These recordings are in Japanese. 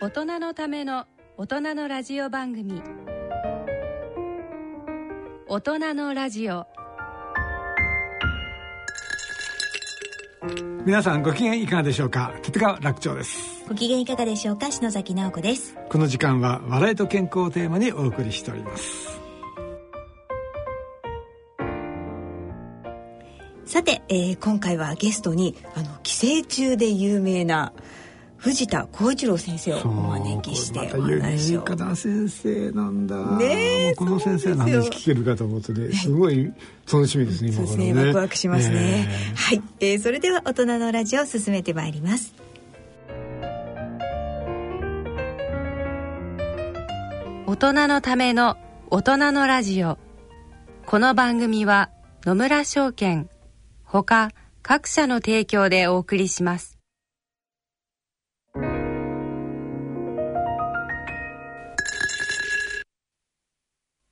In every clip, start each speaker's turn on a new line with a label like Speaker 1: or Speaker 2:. Speaker 1: 大人のための大人のラジオ番組大人のラジオ
Speaker 2: 皆さんご機嫌いかがでしょうか吉川楽長です
Speaker 3: ご機嫌いかがでしょうか篠崎直子です
Speaker 2: この時間は笑いと健康をテーマにお送りしております
Speaker 3: さて、えー今回はゲストにあの寄生虫で有名な藤田浩一郎先生をお招きし
Speaker 2: そう
Speaker 3: て
Speaker 2: こ
Speaker 3: お
Speaker 2: れまた
Speaker 3: 話
Speaker 2: 有
Speaker 3: を、
Speaker 2: 名かな先生なんだ
Speaker 3: ねえ
Speaker 2: もうこの先生の
Speaker 3: そうなん
Speaker 2: 話
Speaker 3: です
Speaker 2: 聞け
Speaker 3: よ
Speaker 2: るかと思ってねすごい楽しみですね
Speaker 3: そ
Speaker 2: 今
Speaker 3: うです
Speaker 2: 頃ね
Speaker 3: ねワクワクしますね、
Speaker 2: ええ
Speaker 3: はい、えーそれでは大人のラジオを進めてまいります
Speaker 1: 大人のための大人のラジオこの番組は野村証券ほか各社の提供でお送りします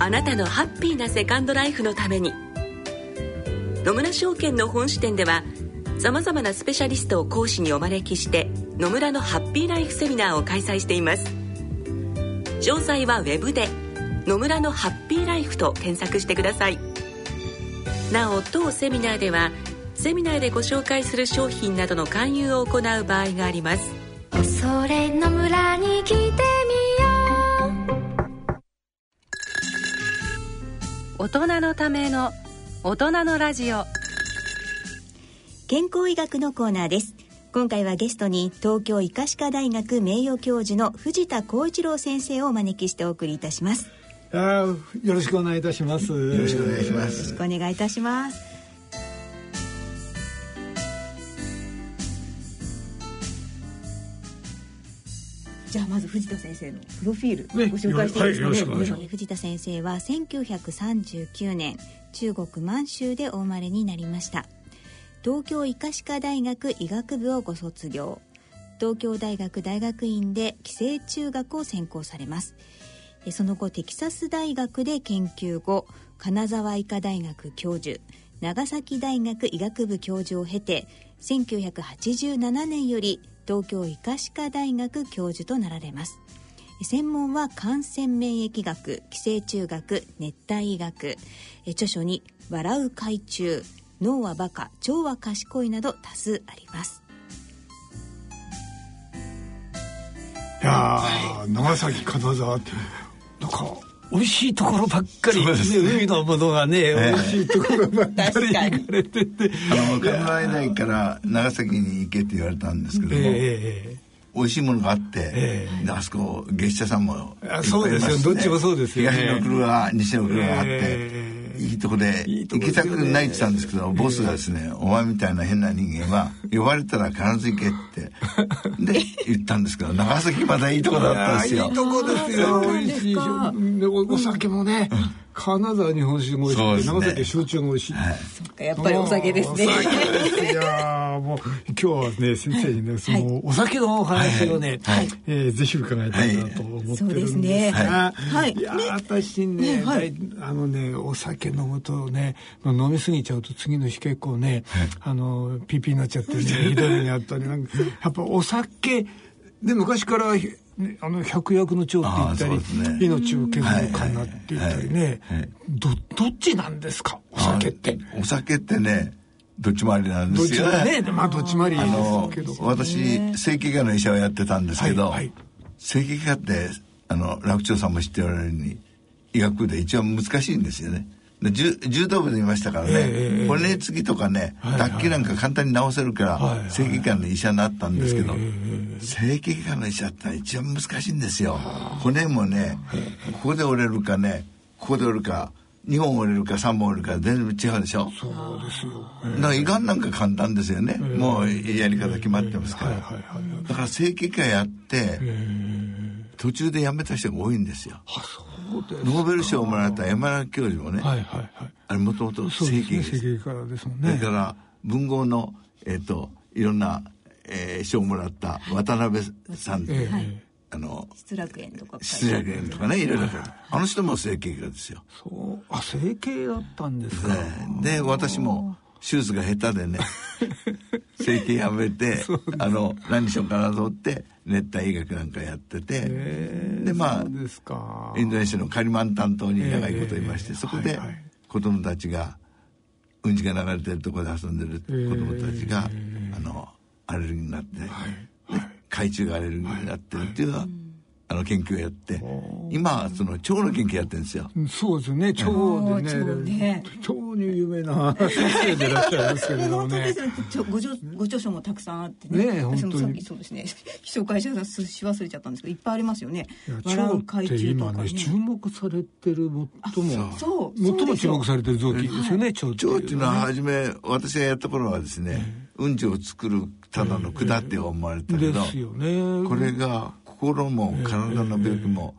Speaker 4: あなたのハッピーなセカンドライフのために野村証券の本支店ではさまざまなスペシャリストを講師にお招きして野村のハッピーライフセミナーを開催しています詳細はウェブで「野村のハッピーライフ」と検索してくださいなお当セミナーではセミナーでご紹介する商品などの勧誘を行う場合があります
Speaker 5: それの村に来てみよう
Speaker 1: 大人のための大人のラジオ
Speaker 3: 健康医学のコーナーです今回はゲストに東京医科歯科大学名誉教授の藤田浩一郎先生をお招きしてお送りいたします
Speaker 2: あーよろしくお願いいたしますよろしくお願いしま
Speaker 3: よ
Speaker 2: す
Speaker 3: ろしくお願いいたしますじゃあまず藤田先生のプロフィール
Speaker 2: ね
Speaker 3: ご紹介していいです
Speaker 2: はいよ
Speaker 3: かね
Speaker 2: ろしくお願いします
Speaker 3: えー藤田先生は1939年中国満州でお生まれになりました東京医科歯科大学医学部をご卒業東京大学大学院で寄生虫学を専攻されますえその後テキサス大学で研究後金沢医科大学教授長崎大学医学部教授を経て1987年より東京医科歯科大学教授となられます専門は感染免疫学寄生虫学熱帯医学え著書に「笑う海中」「脳はバカ腸は賢い」など多数あります
Speaker 6: いやー、長崎金沢ってなんか
Speaker 2: 美味しいところばっかり、
Speaker 6: そうですね
Speaker 2: 海のものがね、
Speaker 6: ええ
Speaker 2: 美味しいところばっかり
Speaker 3: 確かに
Speaker 2: 行かれてて、
Speaker 6: あの岡村以内から長崎に行けって言われたんですけど
Speaker 2: え
Speaker 6: も、
Speaker 2: え
Speaker 6: 美味しいものがあって、
Speaker 2: え
Speaker 6: であそこ月謝さんもいっぱいい
Speaker 2: あ
Speaker 6: ますしね
Speaker 2: そうですよどっちもそうですよね
Speaker 6: 東の車西の車があって、
Speaker 2: ええ
Speaker 6: いいとこで
Speaker 2: いいとこ
Speaker 6: 行
Speaker 2: で
Speaker 6: き
Speaker 2: すよ
Speaker 6: た
Speaker 2: ね
Speaker 6: くないって言ったんですけど、ボスがですね「お前みたいな変な人間は呼ばれたら必ず行け」ってで言ったんですけど長崎まだいいとこだったんです
Speaker 2: いや
Speaker 6: よ
Speaker 2: いいとこですよ美味しいしでおお酒もね金沢日本酒も美味
Speaker 6: そう
Speaker 2: し
Speaker 6: で
Speaker 2: いし、
Speaker 6: す
Speaker 2: 長崎は
Speaker 6: ね
Speaker 2: 焼酎も美味しい、
Speaker 3: やっぱりお酒ですね
Speaker 2: お酒ですいやーもう今日はね先生にねそのお酒のお話をね、
Speaker 6: はい
Speaker 2: えーぜひ伺いたいなと思ってるんですが、
Speaker 3: はいそうですねはい
Speaker 2: いやー、私ね
Speaker 3: ねはい
Speaker 2: 大あのねお酒飲むとねまあ飲み過ぎちゃうと次の日結構ね、あのピーピーになっちゃ ってねひどい目にあったりなんかやっぱお酒で昔からひねあの百薬の長って言
Speaker 6: あー
Speaker 2: った
Speaker 6: そうです
Speaker 2: り、
Speaker 6: ね
Speaker 2: 命を削るかなって言ったりね、
Speaker 6: はいはいはい
Speaker 2: どどっちなんですかお酒って。
Speaker 6: お酒ってねどっちもありなんで
Speaker 2: どっ
Speaker 6: す
Speaker 2: ち
Speaker 6: よ
Speaker 2: もね、まあどっちもありで
Speaker 6: あの
Speaker 2: すけど。
Speaker 6: 私整形外科の医者をやってたんですけど、
Speaker 2: はいはい
Speaker 6: 整形外科ってあの楽長さんも知っておられるように医学部で一番難しいんですよねで柔柔道部でいましたからね、
Speaker 2: ええ
Speaker 6: 骨付きとかね、
Speaker 2: はいはい
Speaker 6: 脱臼なんか簡単に治せるから、
Speaker 2: はいはい
Speaker 6: 整形外科の医者になったんですけど、
Speaker 2: え
Speaker 6: 整形外科の医者って一番難しいんですよ骨もねここで折れるかねここで折るか2本折れるか3本折れるか全然違うでしょ
Speaker 2: そうですよ、え
Speaker 6: だから胃がんなんか簡単ですよね、もうやり方決まってますから、
Speaker 2: はいはいはい
Speaker 6: だから整形外科やって、途中で辞めた人が多いんですよ
Speaker 2: あそうです
Speaker 6: ノーベル賞をもらった山田教授もね、
Speaker 2: はいはいはい
Speaker 6: あれもともと
Speaker 2: そう
Speaker 6: 整
Speaker 2: です
Speaker 6: 形
Speaker 2: ね
Speaker 6: です
Speaker 2: 整形からですもん
Speaker 6: だ
Speaker 2: ね
Speaker 6: から文豪の、えっといろんな、えー賞をもらった渡辺さんっていう、
Speaker 2: はいはい
Speaker 6: あの
Speaker 4: 失楽園とか
Speaker 6: 失楽園とかねいろいろあの人も整形外科ですよ
Speaker 2: そうあ整形だったんですか、
Speaker 6: でで私も手術が下手で ね整形やめて、あの何しようかなと思って熱帯医学なんかやってて、
Speaker 2: えー
Speaker 6: でまあ
Speaker 2: そうですか
Speaker 6: インドネシアのカリマンタン島に長いこといまして、
Speaker 2: ええ
Speaker 6: そこで
Speaker 2: はいはい
Speaker 6: 子供たちがうんちが流れてるところで遊んでる子供たちが、あのアレルギーになって、で海中がアレルギーになってるっていうのは、あの研究をやって今はその腸の研究やってるんですよ。
Speaker 2: うんそうですよね腸でね
Speaker 4: 腸ね
Speaker 2: 腸に有名な 先生でいらっしゃいますけれども
Speaker 4: 本当で
Speaker 2: ね
Speaker 4: すねちょご著ご著書もたくさんあってね
Speaker 2: ねえ
Speaker 4: 私
Speaker 2: 本
Speaker 4: も
Speaker 2: 当
Speaker 4: さっ
Speaker 2: に
Speaker 4: きそうですね紹介し忘れちゃったんですけどいっぱいありますよね
Speaker 2: いや
Speaker 4: 笑
Speaker 2: 腸
Speaker 4: う
Speaker 2: っ
Speaker 4: 海
Speaker 2: て
Speaker 4: 中と
Speaker 2: 今
Speaker 4: か
Speaker 2: ね
Speaker 4: ね
Speaker 2: 注目されてる最も
Speaker 4: そうそう
Speaker 2: 最
Speaker 4: そう
Speaker 2: も
Speaker 4: でし
Speaker 2: 注
Speaker 4: ょ
Speaker 2: 目されてる臓器ですよね腸っていう
Speaker 6: 腸っていうのは初め私がやった頃はですね、うんちを作るただの管って思われたけ
Speaker 2: で
Speaker 6: ど、
Speaker 2: すよね
Speaker 6: これが心も体の病気も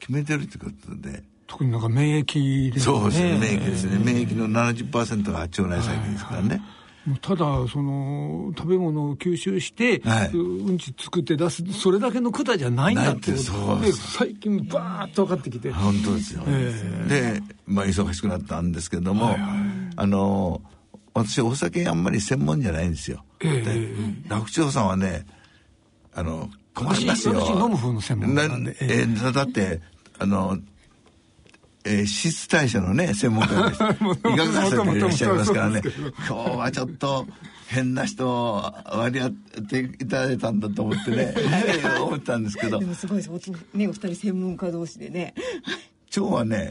Speaker 6: 決めてるってことで。
Speaker 2: 特になんか免疫ですよね
Speaker 6: そうですね、免疫ですね。免疫の70%が腸内細菌ですからね。
Speaker 2: もうただその食べ物を吸収して、
Speaker 6: はいう
Speaker 2: うんち作って出すそれだけの管じゃないんだってこと
Speaker 6: ないってそう
Speaker 2: で最近バーッと分かってきて、
Speaker 6: 本当ですよ。で、まあ忙しくなったんですけども、あの、私お酒あんまり専門じゃないんですよ。で楽長さんはね、あの、困りますよ。
Speaker 2: 私私飲む方の専門家なんで
Speaker 6: なえだだって、あの、えー、脂質代謝のね、専門家です。医学者さんもいらっしゃいますからね。今日はちょっと変な人を割り当てていただいたんだと思ってね、思ったんですけど
Speaker 4: で、もすごいですおつねお二人専門家同士 でね
Speaker 6: 腸はね、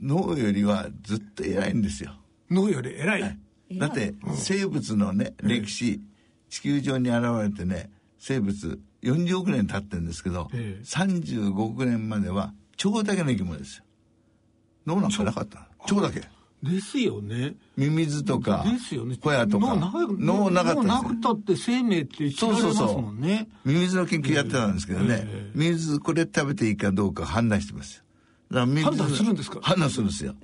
Speaker 6: 脳よりはずっと偉いんですよ。
Speaker 2: 脳より偉い、
Speaker 6: だって生物のね、歴史、地球上に現れてね、生物40億年経ってるんですけど、
Speaker 2: ええ
Speaker 6: 35億年までは腸だけの生き物ですよ。脳なんかなかった。腸だけ。
Speaker 2: ですよね
Speaker 6: ミミズとか
Speaker 2: ですよね、
Speaker 6: 小屋とか、
Speaker 2: 脳
Speaker 6: 脳な
Speaker 2: な
Speaker 6: か
Speaker 2: か脳
Speaker 6: ったんです
Speaker 2: な
Speaker 6: よ
Speaker 2: くたって生命って生きられますもんね
Speaker 6: ミミズの研究やってたんですけどね、ミミズこれ食べていいかどうか判断してますよ。だからミミズ
Speaker 2: 判断するんですか
Speaker 6: 判断するんですよ。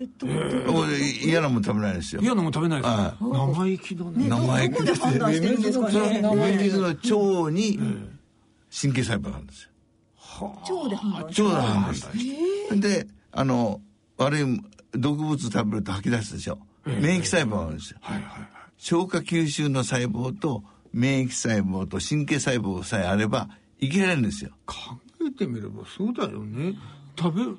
Speaker 6: 俺嫌なもん食べないですよ。
Speaker 2: 嫌なもん食べないです
Speaker 6: は
Speaker 2: から生意気だね
Speaker 6: 生意
Speaker 4: どこ
Speaker 6: 気
Speaker 4: で
Speaker 6: です
Speaker 4: 判断してるんですかね
Speaker 6: ミミズの腸に神経細胞があるんですよ。
Speaker 4: 腸で判断
Speaker 6: 腸が判断したんですで、あの、悪い毒物食べると吐き出すでしょ。免疫細胞があるんですよ。消化吸収の細胞と免疫細胞と神経細胞さえあれば生きられるんですよ。
Speaker 2: 考えてみればそうだよね食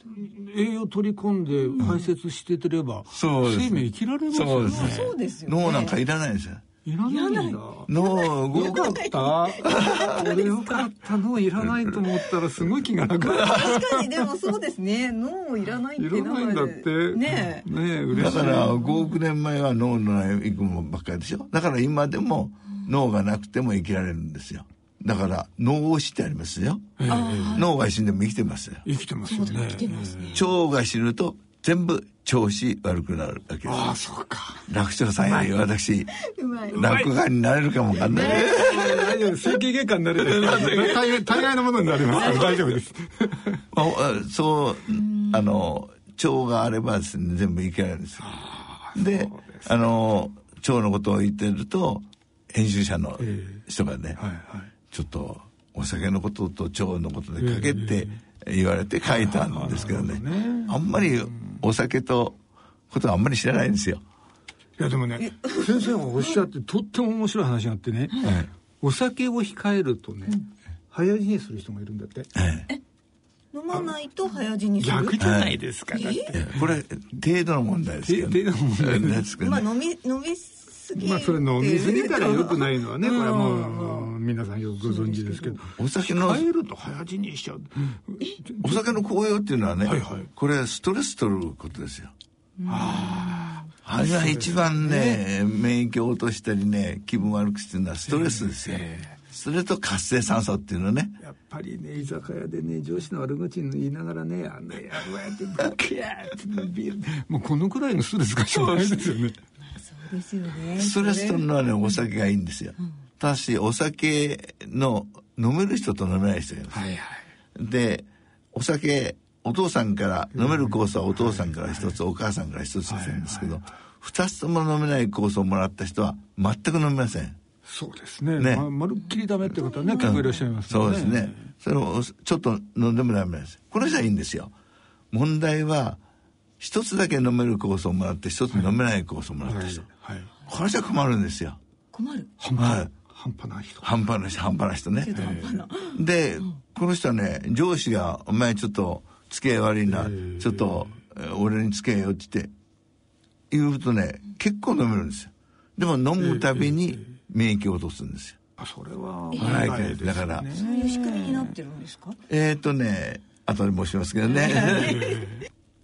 Speaker 2: べ栄養取り込んで排泄しててれば、
Speaker 6: そうですね
Speaker 2: 生命生きられますよね
Speaker 6: そうですね
Speaker 4: そうですよね
Speaker 6: 脳なんかいらないんですよ。
Speaker 2: いらないんだ
Speaker 6: 脳
Speaker 2: よ
Speaker 6: 動
Speaker 2: か
Speaker 6: く
Speaker 2: っ。た俺よかったのいらないと思ったらすごい気が楽だ
Speaker 4: 確かにでもそうですね脳いらないっ
Speaker 2: い
Speaker 4: て
Speaker 2: らないんだっ
Speaker 4: ん
Speaker 2: て
Speaker 4: かねえ
Speaker 2: ねえ嬉
Speaker 6: だ
Speaker 2: しい
Speaker 6: から5億年前は脳のない生き物ばっかりでしょ。だから今でも脳がなくても生きられるんですよ。だから脳を死ってありますよ。脳が死んでも生きてますよ。
Speaker 2: 生きてますよね
Speaker 6: 腸が死ぬと全部調子悪くなるわけです。
Speaker 2: ああそうか
Speaker 6: 楽長さんより私、
Speaker 4: うまい
Speaker 6: 落語家になれるかもわかんない。
Speaker 2: 大丈夫整形外科に なれる大概大概のものになりますから大丈夫です
Speaker 6: まあそう、あの、腸があればですね、全部いけないんですよ。で、あの、腸のことを言ってると、編集者の人がね、ちょっとお酒のことと腸のことでかけって言われて書いたんですけどね、あんまりお酒とことはあんまり知らないんですよ。
Speaker 2: いやでもね先生がおっしゃってとっても面白い話があってね、お酒を控えるとね、早死にする人がいるんだって
Speaker 4: 飲まないと早死にする
Speaker 2: 逆じゃないですか、だって
Speaker 6: これ、程度の問題ですけど、ね。
Speaker 2: 程度の問題です
Speaker 6: ですけど
Speaker 4: まあ
Speaker 6: ね。
Speaker 4: 飲み飲みすぎ
Speaker 2: まあそれ飲みすぎたら良く
Speaker 4: い
Speaker 2: ないのはね、これはもう皆さんよくご存知ですけど。
Speaker 6: お酒の
Speaker 2: 帰ると早死にしちゃう。
Speaker 6: お酒の紅葉っていうのはね、
Speaker 2: はいはい
Speaker 6: これストレス取ることですよ。あれが一番ね、免疫を落としたりね、気分悪くしてるのはストレスですよ。それと活性酸素っていうのね
Speaker 2: やっぱりね居酒屋でね上司の悪口言いながらねあんなやろやってブキャーってビールもうこのくらいのストレスがしょうがないですよね
Speaker 4: そうですよね
Speaker 6: ストレスとるのはねお酒がいいんですよ、ただしお酒の飲める人と飲めない人がいます、
Speaker 2: はいはい
Speaker 6: でお酒お父さんから飲めるコースはお父さんから一つ、お母さんから一つずつなんですけど、二つとも飲めないコースをもらった人は全く飲めません、
Speaker 2: そうですね
Speaker 6: ね
Speaker 2: ままるっきりダメって方はね結構いらっしゃいます
Speaker 6: そうですねそれをちょっと飲んでもダメなんですこの人はいいんですよ問題は一つだけ飲めるコースをもらって一つ飲めないコースをもらった人、
Speaker 2: はい
Speaker 6: この人は困るんですよ
Speaker 4: 困る
Speaker 2: 半端半端ない人
Speaker 6: 半端な人半端な人ね、
Speaker 4: 半端な
Speaker 6: で、この人はね上司が「お前ちょっと付き合い悪いな、ちょっとえー俺に付き合いよ」って言って言うとね結構飲めるんですよでも飲むたびに免疫を落とすんですよ、
Speaker 2: あそれは
Speaker 6: はいだから
Speaker 4: そういう仕組みになってるんですか
Speaker 6: えー、とね後で申しますけどね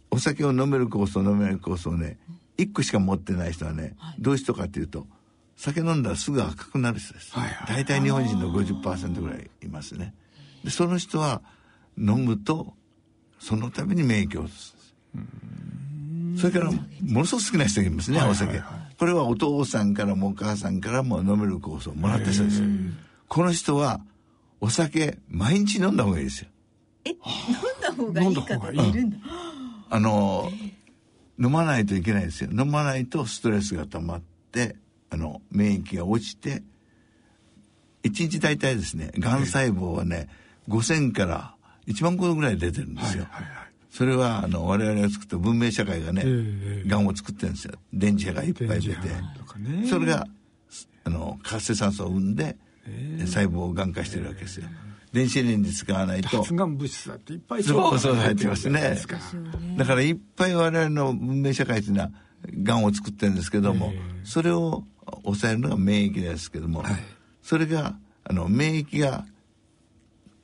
Speaker 6: お酒を飲めるコースと飲めないコースをね1個しか持ってない人はね、どういう人かっていうと酒飲んだらすぐ赤くなる人です、
Speaker 2: はいはい
Speaker 6: 大体日本人の50%ぐらいいますねでその人は飲むとそのために免疫を落とすそれからものすごく好きな人がいますね、お酒これはお父さんからもお母さんからも飲めるコースをもらった人ですこの人はお酒毎日飲んだ方がいいですよ
Speaker 4: 飲んだ方がいい方がいるんだ
Speaker 6: あの、飲まないといけないですよ。飲まないとストレスが溜まって、あの、免疫が落ちて、一日大体ですね、がん細胞はね、5000から1万個ぐらい出てるんですよ。それは、あの、我々が作った文明社会がね、
Speaker 2: ええ
Speaker 6: がんを作ってるんですよ。電磁波がいっぱい出て。
Speaker 2: とかね
Speaker 6: それが、あの、活性酸素を生んで、細胞をがん化してるわけですよ。電子エネルギー使わないと、
Speaker 2: 発がん物質だっていっぱい
Speaker 6: そうそう入ってますね
Speaker 2: ですから
Speaker 6: だからいっぱい我々の文明社会というのはがんを作ってるんですけども、それを抑えるのが免疫ですけども、それがあの免疫が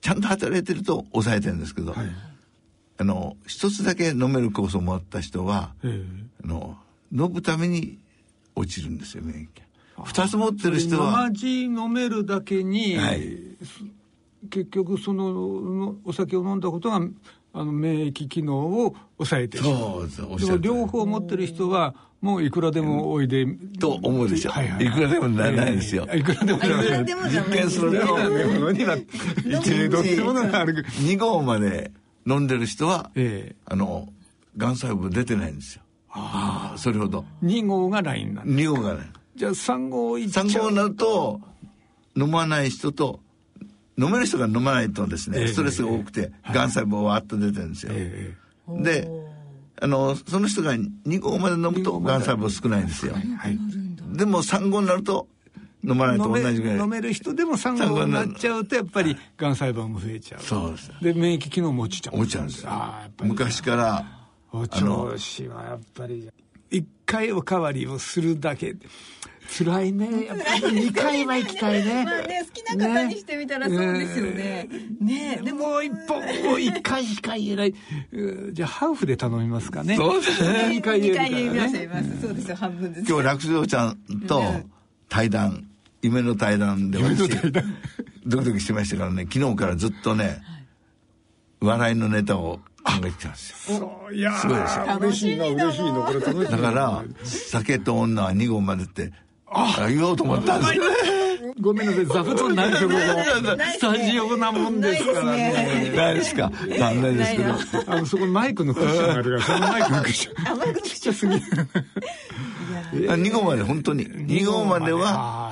Speaker 6: ちゃんと働いてると抑えてるんですけど、あの一つだけ飲めるコースをもらった人は、
Speaker 2: え
Speaker 6: あの飲むために落ちるんですよ免疫が。二つ持って
Speaker 2: え
Speaker 6: る人は
Speaker 2: 生、地飲めるだけに、
Speaker 6: はい
Speaker 2: 結局そののお酒を飲んだことがあの免疫機能を抑えてしまう
Speaker 6: そうそうおっし
Speaker 2: で
Speaker 6: ゃ
Speaker 2: も
Speaker 6: る通り
Speaker 2: 両方持ってる人はもういくらでもおいで、
Speaker 6: と思うでしょ。
Speaker 2: はい
Speaker 6: い
Speaker 2: はい
Speaker 6: くらでもならないですよ。
Speaker 2: いくらでも
Speaker 4: いくらでもじゃない
Speaker 6: 実験すると
Speaker 2: にな一例どっちものがある
Speaker 6: 2号まで飲んでる人は、
Speaker 2: ええ
Speaker 6: あの、がん細胞出てないんですよ。ああ、それほど。
Speaker 2: 2号がラインなんだ
Speaker 6: 2号がね。
Speaker 2: じゃあ3号いっちゃう
Speaker 6: 3号になると、飲まない人と、飲める人が飲まないとです
Speaker 2: え
Speaker 6: ね、
Speaker 2: え
Speaker 6: ストレスが多くて、がん細胞はわーっと出てるんですよ。
Speaker 2: え
Speaker 6: で、あの、その人が2号まで飲むと、がん細胞少ないんですよ。
Speaker 2: えはい
Speaker 6: でも3号になると、飲まないと
Speaker 2: 飲
Speaker 6: 同
Speaker 2: め
Speaker 6: じぐら
Speaker 2: 飲
Speaker 6: い。
Speaker 2: める人でも3号になっちゃうとやっぱりがん細胞も増えちゃう
Speaker 6: そうです。
Speaker 2: で免疫機能も落ちちゃう
Speaker 6: 落ちちゃうんですよ
Speaker 2: ああやっ。ぱり
Speaker 6: 昔から、
Speaker 2: お
Speaker 6: の
Speaker 2: 調子はやっぱり一回おかわりをするだけ辛いねやっぱり二回は行きたいね
Speaker 4: まあね好きな方にしてみたらそうですよねねえで
Speaker 2: で
Speaker 4: も
Speaker 2: もう一本もう一回しか言えないうーじゃあハーフで頼みますかねそうですね二回
Speaker 4: 二
Speaker 2: 言
Speaker 4: 回言
Speaker 2: え
Speaker 4: い
Speaker 2: る
Speaker 4: ま
Speaker 2: か
Speaker 4: す
Speaker 2: ら
Speaker 4: 言
Speaker 2: ね
Speaker 4: いますそうですよ半分ずつ
Speaker 6: 今日楽勝ちゃんと対談夢の対談で私ドキドキしてましたからね昨日からずっとね、笑いのネタを考えてきたんですよ
Speaker 2: そういや
Speaker 6: すごいでし
Speaker 2: ー嬉しいな嬉しいなこれ楽しい
Speaker 6: だから「酒と女は2合まで」ってあ言おうと思ったんですよ
Speaker 2: ごめんなさい座布団ないですよここ
Speaker 4: ない
Speaker 2: スタジオなもんですから
Speaker 4: ないで
Speaker 2: ね
Speaker 6: ないですか残念ですけど
Speaker 4: ない
Speaker 2: あのそこにマイクのクッションがあるからそのマイクのクッション
Speaker 4: 甘く
Speaker 2: ちっちゃすぎる
Speaker 6: 2合まで本当に2合まで
Speaker 2: あ
Speaker 6: は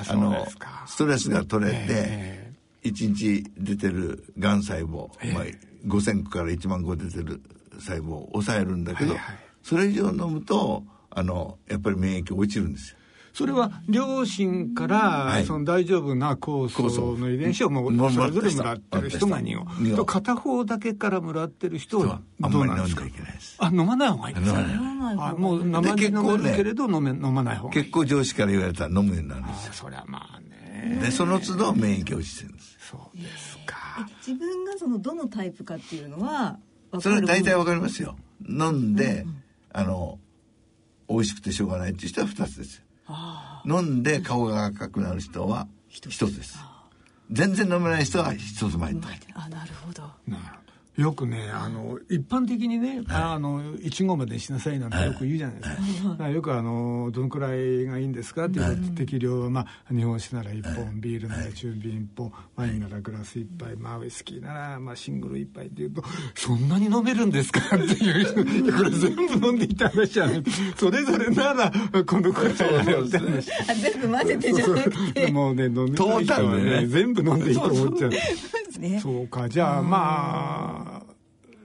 Speaker 2: ー
Speaker 6: あ
Speaker 2: そう
Speaker 6: の
Speaker 2: ですか
Speaker 6: ストレスが取れて
Speaker 2: え
Speaker 6: 1日出てるがん細胞、まあ、5,000個から1万個出てる細胞を抑えるんだけど、
Speaker 2: はいはい
Speaker 6: それ以上飲むとあのやっぱり免疫落ちるんですよ。
Speaker 2: それは両親から、
Speaker 6: い
Speaker 2: その大丈夫な酵
Speaker 6: 酵素
Speaker 2: 素の遺伝子をも
Speaker 6: も
Speaker 2: うそれぞれも
Speaker 6: もら
Speaker 2: ら
Speaker 6: っ
Speaker 2: ってて
Speaker 6: る
Speaker 2: る人が2を
Speaker 6: 二を
Speaker 2: と片方だけからもらってる人は
Speaker 6: あん
Speaker 2: ど
Speaker 6: ま
Speaker 2: う
Speaker 6: り
Speaker 2: なん
Speaker 6: 飲
Speaker 2: ですか
Speaker 6: んじゃいけないです。
Speaker 2: あ飲まない方がいいんです
Speaker 6: 飲ま
Speaker 2: か
Speaker 6: ない
Speaker 2: あもう生
Speaker 6: で
Speaker 2: で
Speaker 6: 結
Speaker 2: 飲め
Speaker 6: 構ね
Speaker 2: るけれど飲め飲まない方がいい
Speaker 6: 結構上司から言われたら飲むようになるんですよ。
Speaker 2: そりゃまあね
Speaker 6: でその都度免疫落ちてるんです。
Speaker 2: そうですか
Speaker 4: 自分がそのどのタイプかっていうのは分
Speaker 6: そ
Speaker 4: か
Speaker 6: れ
Speaker 4: るもの
Speaker 6: は大体わかりますよ。飲んで、あの美味しくてしょうがないっていう人は2つですよ。飲んで顔が赤くなる人は1つです。全然飲めない人は一つ前と
Speaker 7: あなるほど
Speaker 2: なるほどよくねあの一般的にね、あのいちごまでしなさいなんてよく言うじゃないですか,、だからよくあのどのくらいがいいんですかっていうと適量は、まあ、日本酒なら1本ビールなら中瓶1本ワインならグラス1杯、まあ、ウイスキーなら、まあ、シングル1杯っていうとそんなに飲めるんですかっていう人これ全部飲んでいた話じゃないそれぞれならこのくらいだよって話
Speaker 4: あ全部混ぜてじゃなくて
Speaker 2: もうね飲んでたい人は
Speaker 6: トータルで
Speaker 2: ね
Speaker 6: ね
Speaker 2: 全部飲んでいいと思っちゃう。
Speaker 4: ね
Speaker 2: そうか、じゃあまあ、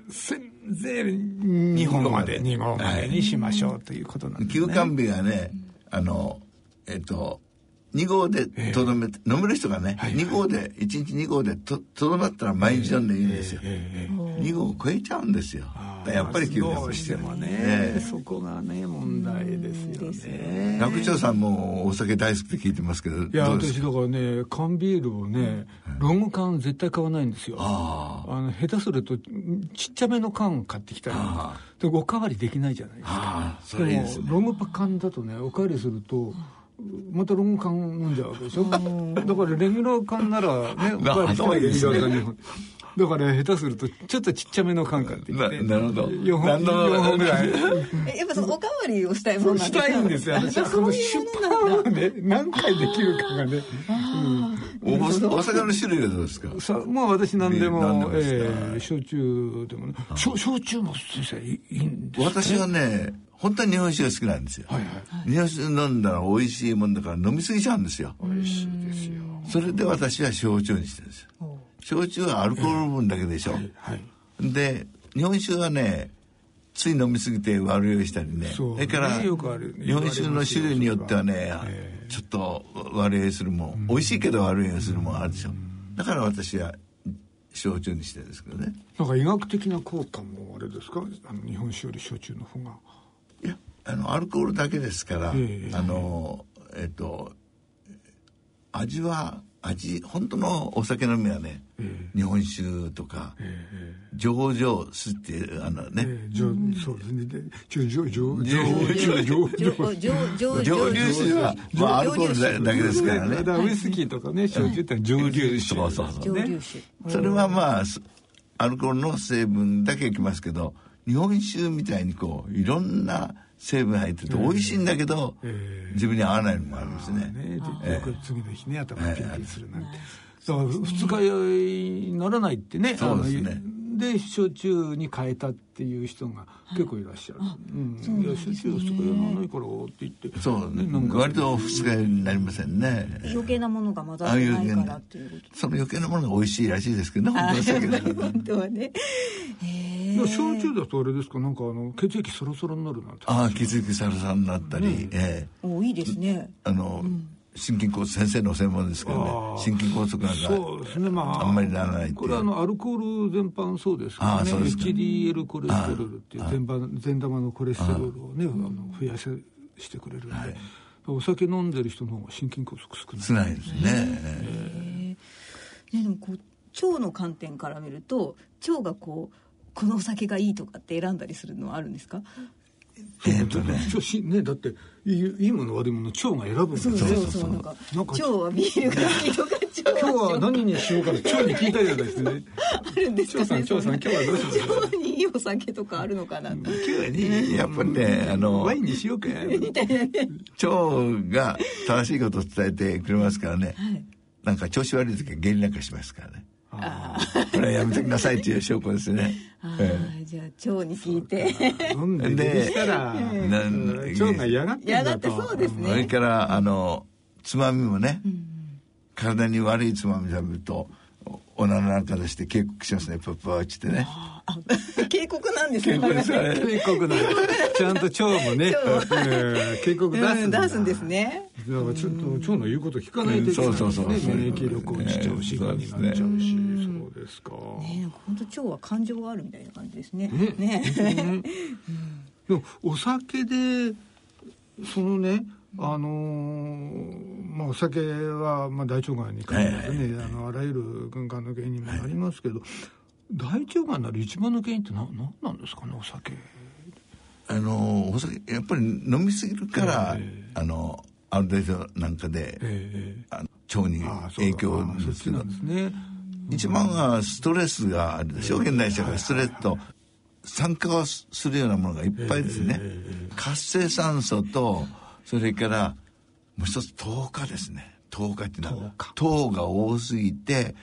Speaker 2: せんぜい2本まで、2本までにしましょうということなんです
Speaker 6: 休
Speaker 2: ね。
Speaker 6: 館日はねあのえっと2号でとどめて、飲める人がね、二2号で1日2号でととどまったら毎日飲んでいいんですよ、二2号を超えちゃうんですよだからやっぱり休
Speaker 2: ど
Speaker 6: 館
Speaker 2: う
Speaker 6: 日
Speaker 2: してもね、
Speaker 6: ええ
Speaker 2: そこがね、問題ですよね。
Speaker 6: 学長さんもお酒大好きって聞いてますけど
Speaker 2: いや、
Speaker 6: どうです
Speaker 2: 私
Speaker 6: か
Speaker 2: だからね、缶ビールをね、ロング缶絶対買わないんですよ。
Speaker 6: あ
Speaker 2: あの下手するとんちっちゃめの缶買ってきたら
Speaker 6: あ
Speaker 2: でおかわりできないじゃないですか
Speaker 6: ああそれいいですね
Speaker 2: もロングパ缶だとねおかわりするとまたロング缶飲んじゃうわけでしょだからレギュラー缶ならねおかわりしたらいいですよだから下手するとちょっとちっちゃめの缶買ってき
Speaker 6: な
Speaker 2: て
Speaker 6: なるほど
Speaker 2: 4本
Speaker 6: 何の
Speaker 2: 4本ぐらい
Speaker 4: えやっぱそのおかわりをしたいもんなん
Speaker 2: したいんです よ
Speaker 4: あ
Speaker 2: 私は
Speaker 4: そ
Speaker 2: この
Speaker 4: う
Speaker 2: 出
Speaker 4: いうものなんだ
Speaker 2: 版をね何回できるかがね
Speaker 6: おおお酒の種類はどうですか
Speaker 2: さもう私何で
Speaker 6: 何で
Speaker 2: も
Speaker 6: もですね
Speaker 2: ええ焼酎でもね焼焼酎も先生いいいんですか
Speaker 6: 私はね本当に日本酒が好きなんですよ、日本酒飲んだら美味しいもんだから飲みすぎちゃうんですよ
Speaker 2: 美味しいですよ
Speaker 6: それで私は焼酎にしてるんですよ焼酎はアルコール分だけでしょ、
Speaker 2: はい
Speaker 6: で日本酒はねつい飲みすぎて悪酔いしたりね
Speaker 2: そう
Speaker 6: れから
Speaker 2: ね
Speaker 6: 日
Speaker 2: よくある
Speaker 6: 本酒の種類によってはねちょっと悪酔いするもん美味しいけど悪酔いするもんあるでしょだから私は焼酎にしてるんですけどね
Speaker 2: なんか医学的な効果もあれですかあの日本酒より焼酎の方が
Speaker 6: いやあのアルコールだけですから、
Speaker 2: ええ
Speaker 6: あのえっと味は味本当のお酒飲みはね、日本酒とか、上々酢っていうあのね、
Speaker 2: ええじょそうですねでちょじょじょ
Speaker 6: じ
Speaker 2: じょ
Speaker 6: ょ
Speaker 2: じょじょじょ
Speaker 4: 上上上
Speaker 6: 蒸留酒は、まあ、アルコールだだけですから
Speaker 2: だか
Speaker 6: ね
Speaker 2: らウイスキーとかね焼酎ってのは蒸留酒
Speaker 6: そうそうそう
Speaker 4: 上流酒
Speaker 6: それはまあすアルコールの成分だけいきますけど日本酒みたいにこういろんな成分入ってて美味しいんだけど、
Speaker 2: え
Speaker 6: 自分に合わないのもあるんですね
Speaker 2: ねでよく次の日ね頭がピンピンするなんてだから二日酔いにならないってね
Speaker 6: そうですね
Speaker 2: あので焼酎に変えたっていう人が結構いらっしゃる、うんいや焼酎二日酔いにならないからって言って
Speaker 6: そう、
Speaker 2: ね飲むから
Speaker 6: 割と二日酔いになりませんね
Speaker 4: 余計なものが混ざってないからっていうこと
Speaker 6: その余計なものが美味しいらしいですけどね本当に酒だから
Speaker 4: 本当はね
Speaker 2: いや焼酎だとあれですかなんかあの血液サラサラになるなんて
Speaker 6: ああ気づきサラサラになったり、ええ
Speaker 4: おいいですね
Speaker 6: あの、心筋梗塞先生の専門ですけどね
Speaker 2: ああ
Speaker 6: 心筋梗塞なんか
Speaker 2: そうですねまあ
Speaker 6: あんまりならないっていう
Speaker 2: これはあのアルコール全般そうですけど
Speaker 6: ああ
Speaker 2: ね
Speaker 6: そうですか
Speaker 2: HDL コレステロールっていう全般善玉のコレステロールをねあの増やせしてくれるんで、お酒飲んでる人の方が心筋梗塞少ない
Speaker 6: 少ないですね、ええ
Speaker 4: ねでもこう腸の観点から見ると腸がこうこのお酒がいいとかって選んだりするのはあるんですか
Speaker 6: えーっとね
Speaker 2: ちょしねだっていいいいもの悪いもの腸が選ぶんです
Speaker 4: そう
Speaker 2: よ
Speaker 4: そうそうなんか
Speaker 2: なんか
Speaker 4: 腸はビールが好きとか腸
Speaker 2: 今
Speaker 4: は
Speaker 2: 日は何にしようかって腸に聞いたじゃないですかね
Speaker 4: あるんですか
Speaker 2: 張
Speaker 4: ね
Speaker 2: さん張さん今日はどうしまし ょう
Speaker 4: 腸にいいお酒とかあるのかなって
Speaker 6: 今日はねやっぱりねあの
Speaker 2: ワインにし ようか
Speaker 6: 腸が正しいことを伝えてくれますからね、なんか調子悪い時は下痢なんかしますからねこれはやめてくださいっていう証拠ですね、
Speaker 4: あ
Speaker 6: ええ
Speaker 4: あじゃあ腸に聞いて
Speaker 2: 飲んで下痢したら
Speaker 6: で
Speaker 2: うん腸が嫌がってん
Speaker 4: やが
Speaker 2: だ
Speaker 4: って
Speaker 2: と
Speaker 4: そうです
Speaker 6: それ
Speaker 4: ね
Speaker 6: からあのつまみもね、体に悪いつまみ食べるとおおならなんか出して警告しますねプップー落ちてね
Speaker 4: 警告なんです
Speaker 2: 警
Speaker 4: ね
Speaker 2: 告ですよね警告なんですちゃんと腸もね、え
Speaker 4: 腸
Speaker 2: ー警告出す
Speaker 4: うんん
Speaker 2: だ
Speaker 4: 出すんですね
Speaker 2: だからちょっと腸の言うこと聞かないといけない
Speaker 6: うんそうそうそう
Speaker 2: ですね免疫力落ちちゃうし
Speaker 6: そ
Speaker 2: が
Speaker 6: うんで
Speaker 2: に
Speaker 6: す
Speaker 2: な
Speaker 6: ね
Speaker 2: っちゃうしそうですか
Speaker 4: ねなんか本当腸は感情があるみたいな感じですね。ね。
Speaker 2: でもお酒でそのねあのーまあ、お酒は、まあ、大腸がんに関わらずね、あのあらゆる軍艦の原因にもなりますけど、大腸がんになる一番の原因って何ななんですかねお酒
Speaker 6: あのお酒やっぱり飲みすぎるから、あのアルデヒドなんかで、
Speaker 2: え
Speaker 6: あの腸に
Speaker 2: ああそう
Speaker 6: 影響を
Speaker 2: ああ
Speaker 6: 受け
Speaker 2: そ
Speaker 6: るんで
Speaker 2: っ
Speaker 6: すけ
Speaker 2: ち
Speaker 6: ど
Speaker 2: なんですね
Speaker 6: 一番はストレスがあるでしょ現代社会ストレスと酸化をするようなものがいっぱいですね活性酸素とそれからもう一つ糖化ですね糖化ってな糖が多すぎて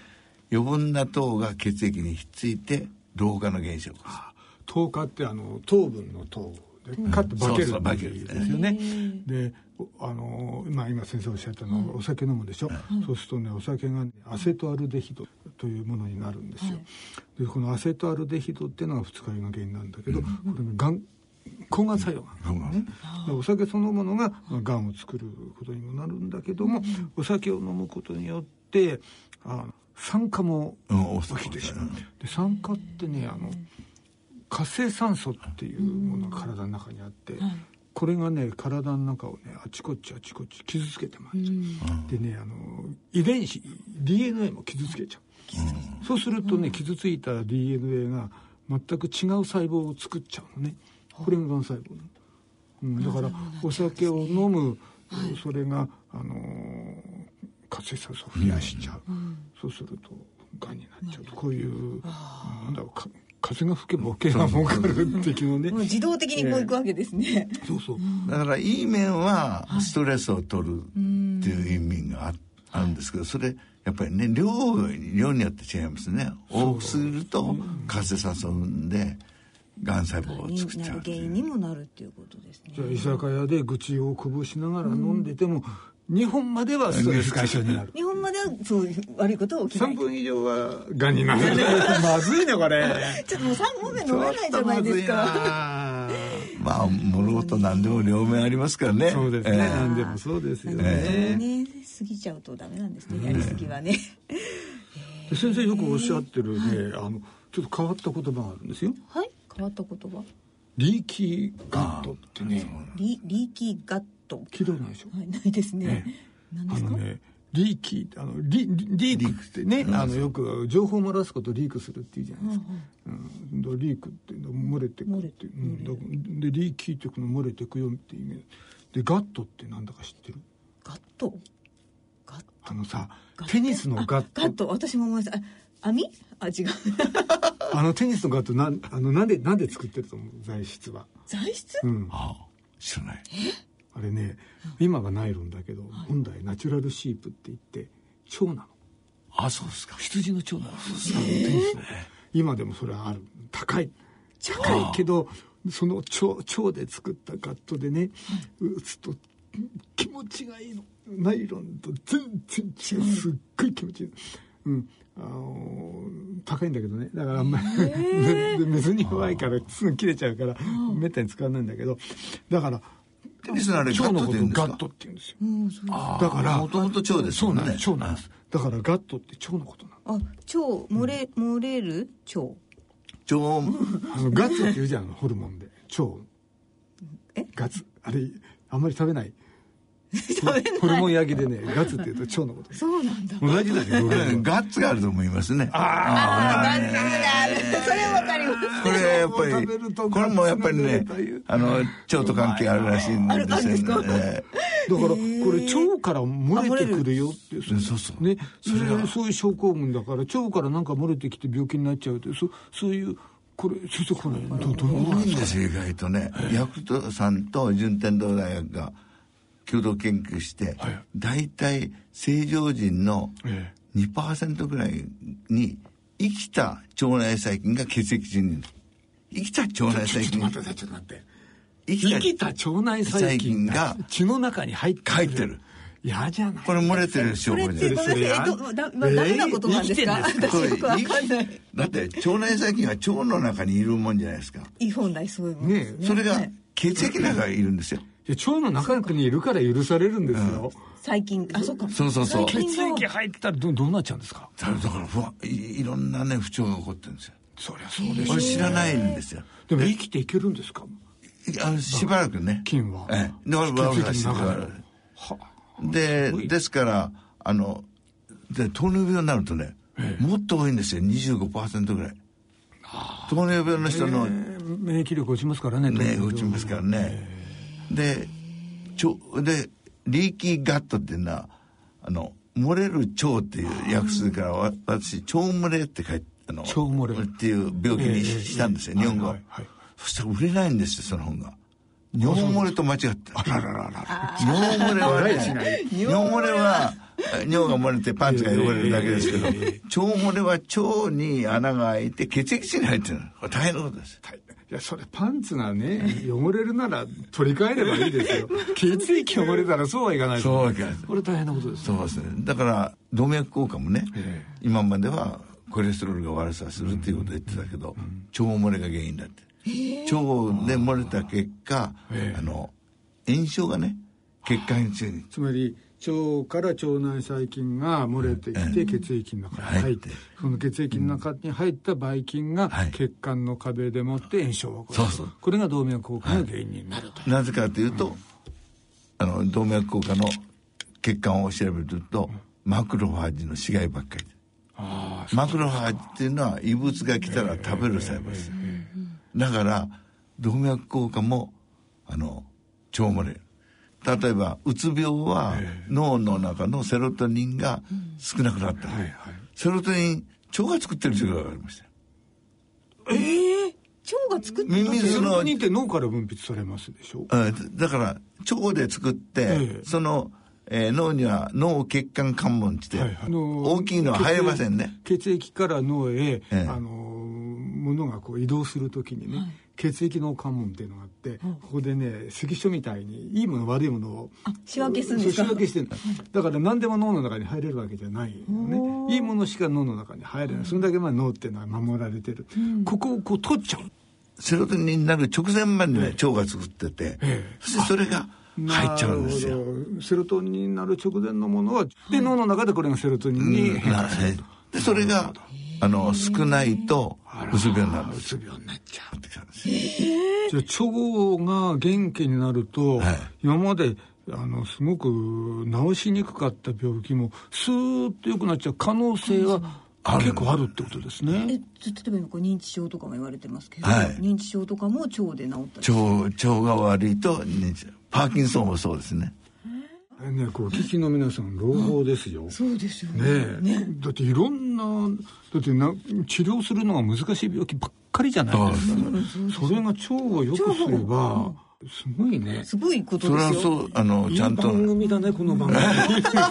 Speaker 6: 余分な糖が血液にひっついて老化の現象です
Speaker 2: 糖化ってあの糖分の糖で化って化ける
Speaker 6: そうそう化け
Speaker 2: ってい
Speaker 6: る
Speaker 2: うですよね。でおあの今今先生おっしゃったのは、お酒飲むでしょ、そうするとねお酒がねアセトアルデヒドというものになるんですよ。でこのアセトアルデヒドっていうのが二日酔いの原因なんだけど、これねがん抗がん作用が、ね、でお酒そのものがまあがんを作ることにもなるんだけども、お酒を飲むことによってあ酸化も
Speaker 6: うん
Speaker 2: 起きてしまう。で酸化ってねあの活性酸素っていうものが体の中にあって、これがね体の中をねあちこちあちこち傷つけてます、でねあの遺伝子 DNA も傷つけちゃう、そうするとね傷ついた DNA が全く違う細胞を作っちゃうのねこれががん細胞なのうん、だからお酒を飲む、それが、あのー活性酸素を増やしちゃう、そうするとがんになっちゃうとこういうなんだろうか風が吹けば桶が儲かる的なね
Speaker 3: もう自動的にこう行くわけですね。
Speaker 2: そうそう
Speaker 6: だからいい面はストレスを取るっていう意味がああるんですけどそれやっぱりね量量によって違いますね多くすると活性酸素を生んでがん細胞を
Speaker 3: に
Speaker 6: 作っ
Speaker 3: な
Speaker 6: ちゃう
Speaker 3: る
Speaker 6: って
Speaker 3: 原
Speaker 6: いう
Speaker 3: 因にもなるっていうことですね
Speaker 2: じゃ。あ居酒屋で愚痴をこぼしながら飲んでても、日本まではストレス解消になる
Speaker 3: 日本まではそういう悪いことは起きない
Speaker 2: 3。分以上はがんになる まずいねこれ
Speaker 3: ちょっともう三本目飲めないじゃないですか。
Speaker 6: かまあ物事何でも両面ありますからね
Speaker 2: そうですね、
Speaker 6: ええ
Speaker 2: 何でもそうですよね、
Speaker 3: ね、過ぎちゃうとダメなんですね。やりすぎはね。
Speaker 2: で先生よくおっしゃってるね、あのちょっと変わった言葉があるんですよ
Speaker 3: はい。変わった言葉。
Speaker 2: リーキーガットってね
Speaker 3: リリーキーガット。
Speaker 2: 聞いたことないでしょ
Speaker 3: はい、ないですね。何で
Speaker 2: あ
Speaker 3: すか
Speaker 2: の。ねリーキーあのリリリークってねあのよく情報を漏らすことをリークするっていうじゃないですか、うんだからリークっていうのは漏れてくっていう、うん、だからでリーキーってこの漏れてくよっていう意味でガットってなんだか知ってる
Speaker 3: ガット。ガッ
Speaker 2: あのさ
Speaker 3: ガット
Speaker 2: テニスのガッ
Speaker 3: ガッ
Speaker 2: ト
Speaker 3: ト。私も思いました。あ網？あ違う。
Speaker 2: あのテニスのガットなんあのなんでなんで作ってると思う材質は、
Speaker 3: 材質？
Speaker 2: うん、
Speaker 6: ああ知らない
Speaker 2: あれね今はナイロンだけど本来ナチュラルシープって言って蝶なの
Speaker 6: あそうですか
Speaker 2: 羊の蝶なのあのテニスの今でもそれはある高い高いけどその蝶蝶で作ったガットでね打つと気持ちがいいのナイロンと全然違うすっごい気持ちいいの。うんあのー高いんだけどねだからあんまり、で 水に弱いからすぐ切れちゃうからめったに使わないんだけどだから
Speaker 6: テニスのあれガ
Speaker 2: 蝶
Speaker 6: ッ
Speaker 2: の
Speaker 6: トっ
Speaker 2: こと
Speaker 6: て言うんです
Speaker 2: ガ
Speaker 6: か
Speaker 2: ットって言うんですよ
Speaker 6: だ
Speaker 2: だから
Speaker 6: もともと腸です
Speaker 2: そ
Speaker 6: も
Speaker 2: うんなん
Speaker 6: ね
Speaker 2: です、そうなんです。だからガットって腸のことな
Speaker 3: あ超漏れ漏れる超。
Speaker 6: 腸
Speaker 2: の。あのガッツって言うじゃん、ホルモンで。腸。
Speaker 3: え
Speaker 2: ガツ。あれ、あんまり食べ ない。ホルモン焼きでね、ガッツって言うと腸のこと。
Speaker 3: そうなんだ。
Speaker 2: 同じだけど、
Speaker 6: ガッツがあると思いますね
Speaker 3: それはわかります。
Speaker 6: これやっぱり
Speaker 2: 食べると
Speaker 6: これもやっぱりね
Speaker 2: ガッツが出るという
Speaker 6: あの腸と関係あるらしいんですよね
Speaker 3: あるんですか
Speaker 6: ええ
Speaker 2: だからこれ腸から漏れてくるよっていう
Speaker 6: うんそうそう
Speaker 2: ねそ
Speaker 6: それ
Speaker 2: れ
Speaker 6: は
Speaker 2: そういう症候群だから腸からなんか漏れてきて病気になっちゃうってそそういうこれ先生これどどういうこと
Speaker 6: 多いんですよ意外とねヤクルトさんと順天堂大学が共同研究して
Speaker 2: はい
Speaker 6: 大体正常人の
Speaker 2: え
Speaker 6: 2%ぐらいに生きた腸内細菌が血液中にいる生きた腸内細
Speaker 2: ちょっと
Speaker 6: 菌
Speaker 2: 待ってちょっと待って
Speaker 6: 生
Speaker 2: 生き
Speaker 6: きた
Speaker 2: た腸内細菌が
Speaker 6: 細菌が
Speaker 2: 血の中に入って
Speaker 6: 入ってる
Speaker 2: 嫌じゃない
Speaker 6: これ漏れてる証
Speaker 3: これ
Speaker 6: 拠
Speaker 3: っ
Speaker 6: じゃ
Speaker 3: て
Speaker 6: な
Speaker 3: ごめ
Speaker 6: い
Speaker 3: んなさい。えっとだまあダメなことなんですか。
Speaker 2: えー生きてん
Speaker 3: 私よくわかんな
Speaker 6: こ
Speaker 3: い。
Speaker 6: れだって腸内細菌は腸の中にいるもんじゃないですか
Speaker 3: いい本来そういうもの
Speaker 2: ね
Speaker 3: です
Speaker 2: え
Speaker 3: ね。
Speaker 6: それが
Speaker 3: はい
Speaker 6: 血液の中にいるんですよ
Speaker 2: いや腸の中にいるから許されるんですよ、
Speaker 3: 最近あそっか。
Speaker 6: そうそうそう
Speaker 3: 最近の
Speaker 2: 入ったらどどうなっちゃうんですか
Speaker 6: だだからふわいいろんなね不調が起こってるんですよ
Speaker 2: そりゃそうでしょ
Speaker 6: これ知らないんですよ
Speaker 2: でも生きていけるんですか
Speaker 6: あのしばらくね
Speaker 2: 菌は
Speaker 6: ええで我々は
Speaker 2: 血液
Speaker 6: 知っ
Speaker 2: の
Speaker 6: て
Speaker 2: 中
Speaker 6: る
Speaker 2: に
Speaker 6: でですからあので糖尿病になるとね、もっと多いんですよ25%ぐらい糖尿病の人の
Speaker 2: えー免疫力落ちますからね
Speaker 6: ね落ちますからねでちょでリーキーガットっていうのはあの漏れる腸っていう訳するから、わ私、腸漏れって書いて、あの、
Speaker 2: 腸漏れ
Speaker 6: っていう病気に
Speaker 2: ええ
Speaker 6: したんですよ、
Speaker 2: ええ
Speaker 6: 日本語、
Speaker 2: はいはいはい
Speaker 6: そしたら売れないんですよ、その本が。尿漏れと間違って
Speaker 2: あらららら
Speaker 6: 尿漏れはね
Speaker 2: えらい
Speaker 6: 尿漏れは尿が漏れてパンツが汚れるだけですけど、
Speaker 2: え
Speaker 6: 腸漏れは腸に穴が開いて血液中に入ってるのこれ大変なことです
Speaker 2: 大変いやそれパンツがね汚れるなら取り替えればいいです よ血液汚れたらそうはいかないです
Speaker 6: そうはいかない
Speaker 2: これ大変なことです
Speaker 6: そうですねだから動脈硬化もね、
Speaker 2: え
Speaker 6: 今まではコレステロールが悪さするっていうことを言ってたけど、腸漏れが原因だって、腸で漏れた結果、
Speaker 2: ええ
Speaker 6: あの炎症がね血管中に
Speaker 2: つまり腸から腸内細菌が漏れてきて血液の中に入って
Speaker 6: 入って
Speaker 2: その血液の中に入ったばい菌が
Speaker 6: はい
Speaker 2: 血管の壁でもって炎症を起こす
Speaker 6: そうそう
Speaker 2: これが動脈硬化の原因になると
Speaker 6: なぜかというと、あの動脈硬化の血管を調べると、マクロファージの死骸ばっかりで
Speaker 2: あ
Speaker 6: マクロファージっていうのは異物が来たら食べる細胞です、だから動脈硬化もあの腸漏れ例えばうつ病は脳の中のセロトニンが少なくなった、
Speaker 2: はいはい
Speaker 6: セロトニン腸が作ってるということが分かりました
Speaker 3: 腸が作って
Speaker 6: ミミ
Speaker 2: セ
Speaker 6: ズ
Speaker 2: ロ
Speaker 6: の
Speaker 2: トニンって脳から分泌されますでしょ
Speaker 6: うんだから腸で作って、
Speaker 2: ええ
Speaker 6: その、えー脳には脳血管関門して、
Speaker 2: はいはいあの
Speaker 6: 大きいのは入れませんね
Speaker 2: 血液血液から脳へ、
Speaker 6: え
Speaker 2: あのものがこう移動するときにね、血液脳関門っていうのがあって、ここでね関所みたいにいいもの悪いものを
Speaker 3: 仕分けするん
Speaker 2: そ
Speaker 3: で
Speaker 2: う仕
Speaker 3: すか
Speaker 2: 分けしてるだから何でも脳の中に入れるわけじゃないよねいいものしか脳の中に入れないそれだけまあ脳っていうのは守られてる、ここをこう取っちゃう
Speaker 6: セロトニンになる直前まで、ね腸が作ってて、
Speaker 2: え
Speaker 6: そしてそれが入っちゃうんです
Speaker 2: なる
Speaker 6: よ
Speaker 2: ほどセロトニンになる直前のものは、で脳の中でこれがセロトニンに変
Speaker 6: な
Speaker 2: 化する
Speaker 6: る
Speaker 2: と、
Speaker 6: でそれがあの少ないとうつ病になるん
Speaker 2: う
Speaker 6: です
Speaker 2: つ
Speaker 6: よ
Speaker 2: 病になっちゃう
Speaker 6: え
Speaker 2: じゃあ腸が元気になると、
Speaker 6: はい
Speaker 2: 今まであのすごく治しにくかった病気もスーッと良くなっちゃう可能性は結構あるってことです
Speaker 3: え
Speaker 2: ね。
Speaker 3: ちょ例えば今こう認知症とかも言われてますけど、
Speaker 6: はい
Speaker 3: 認知症とかも腸で治ったり
Speaker 6: 腸腸が悪いと認知パーキンソンもそうですね
Speaker 2: ねこうお聞きの皆さん朗報ですよ。
Speaker 3: そうですよ
Speaker 2: ねえだっていろんなだってな治療するのが難しい病気ばっかりじゃないですか、それが腸を良くすればすごいね
Speaker 3: すごいこと
Speaker 6: そ
Speaker 3: で
Speaker 6: れ
Speaker 3: すよ
Speaker 6: はそうあの
Speaker 2: いい
Speaker 6: ちゃ
Speaker 2: 番
Speaker 6: んと
Speaker 2: 組だ ねこの番組ね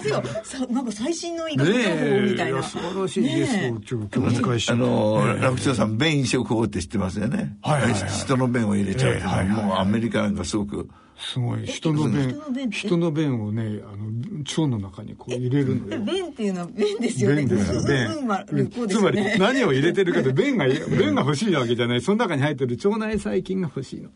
Speaker 3: さなんか最新 の医学情報
Speaker 2: え
Speaker 3: みたいな、
Speaker 2: や素晴らしいゲストを今日今日お迎えしちゃ
Speaker 6: あ
Speaker 2: って
Speaker 6: の
Speaker 2: ねえ
Speaker 6: 楽長さん便移植法って知ってますよね、
Speaker 2: はいはいはい
Speaker 6: 人の便を入れちゃうっていうのは、
Speaker 2: ええはいはい
Speaker 6: もうアメリカなんかすごく
Speaker 2: すごい人の便
Speaker 3: 人の便って
Speaker 2: 人の便をねあの腸の中にこう入れるのよ
Speaker 3: 便っていうのは便ですよね。
Speaker 2: 便ですよね
Speaker 3: うん、まあ、こうで
Speaker 2: つ
Speaker 3: すよ
Speaker 2: まり
Speaker 3: ね。
Speaker 2: 何を入れてるかと便が便が欲しいわけじゃないその中に入ってる腸内細菌が欲しいの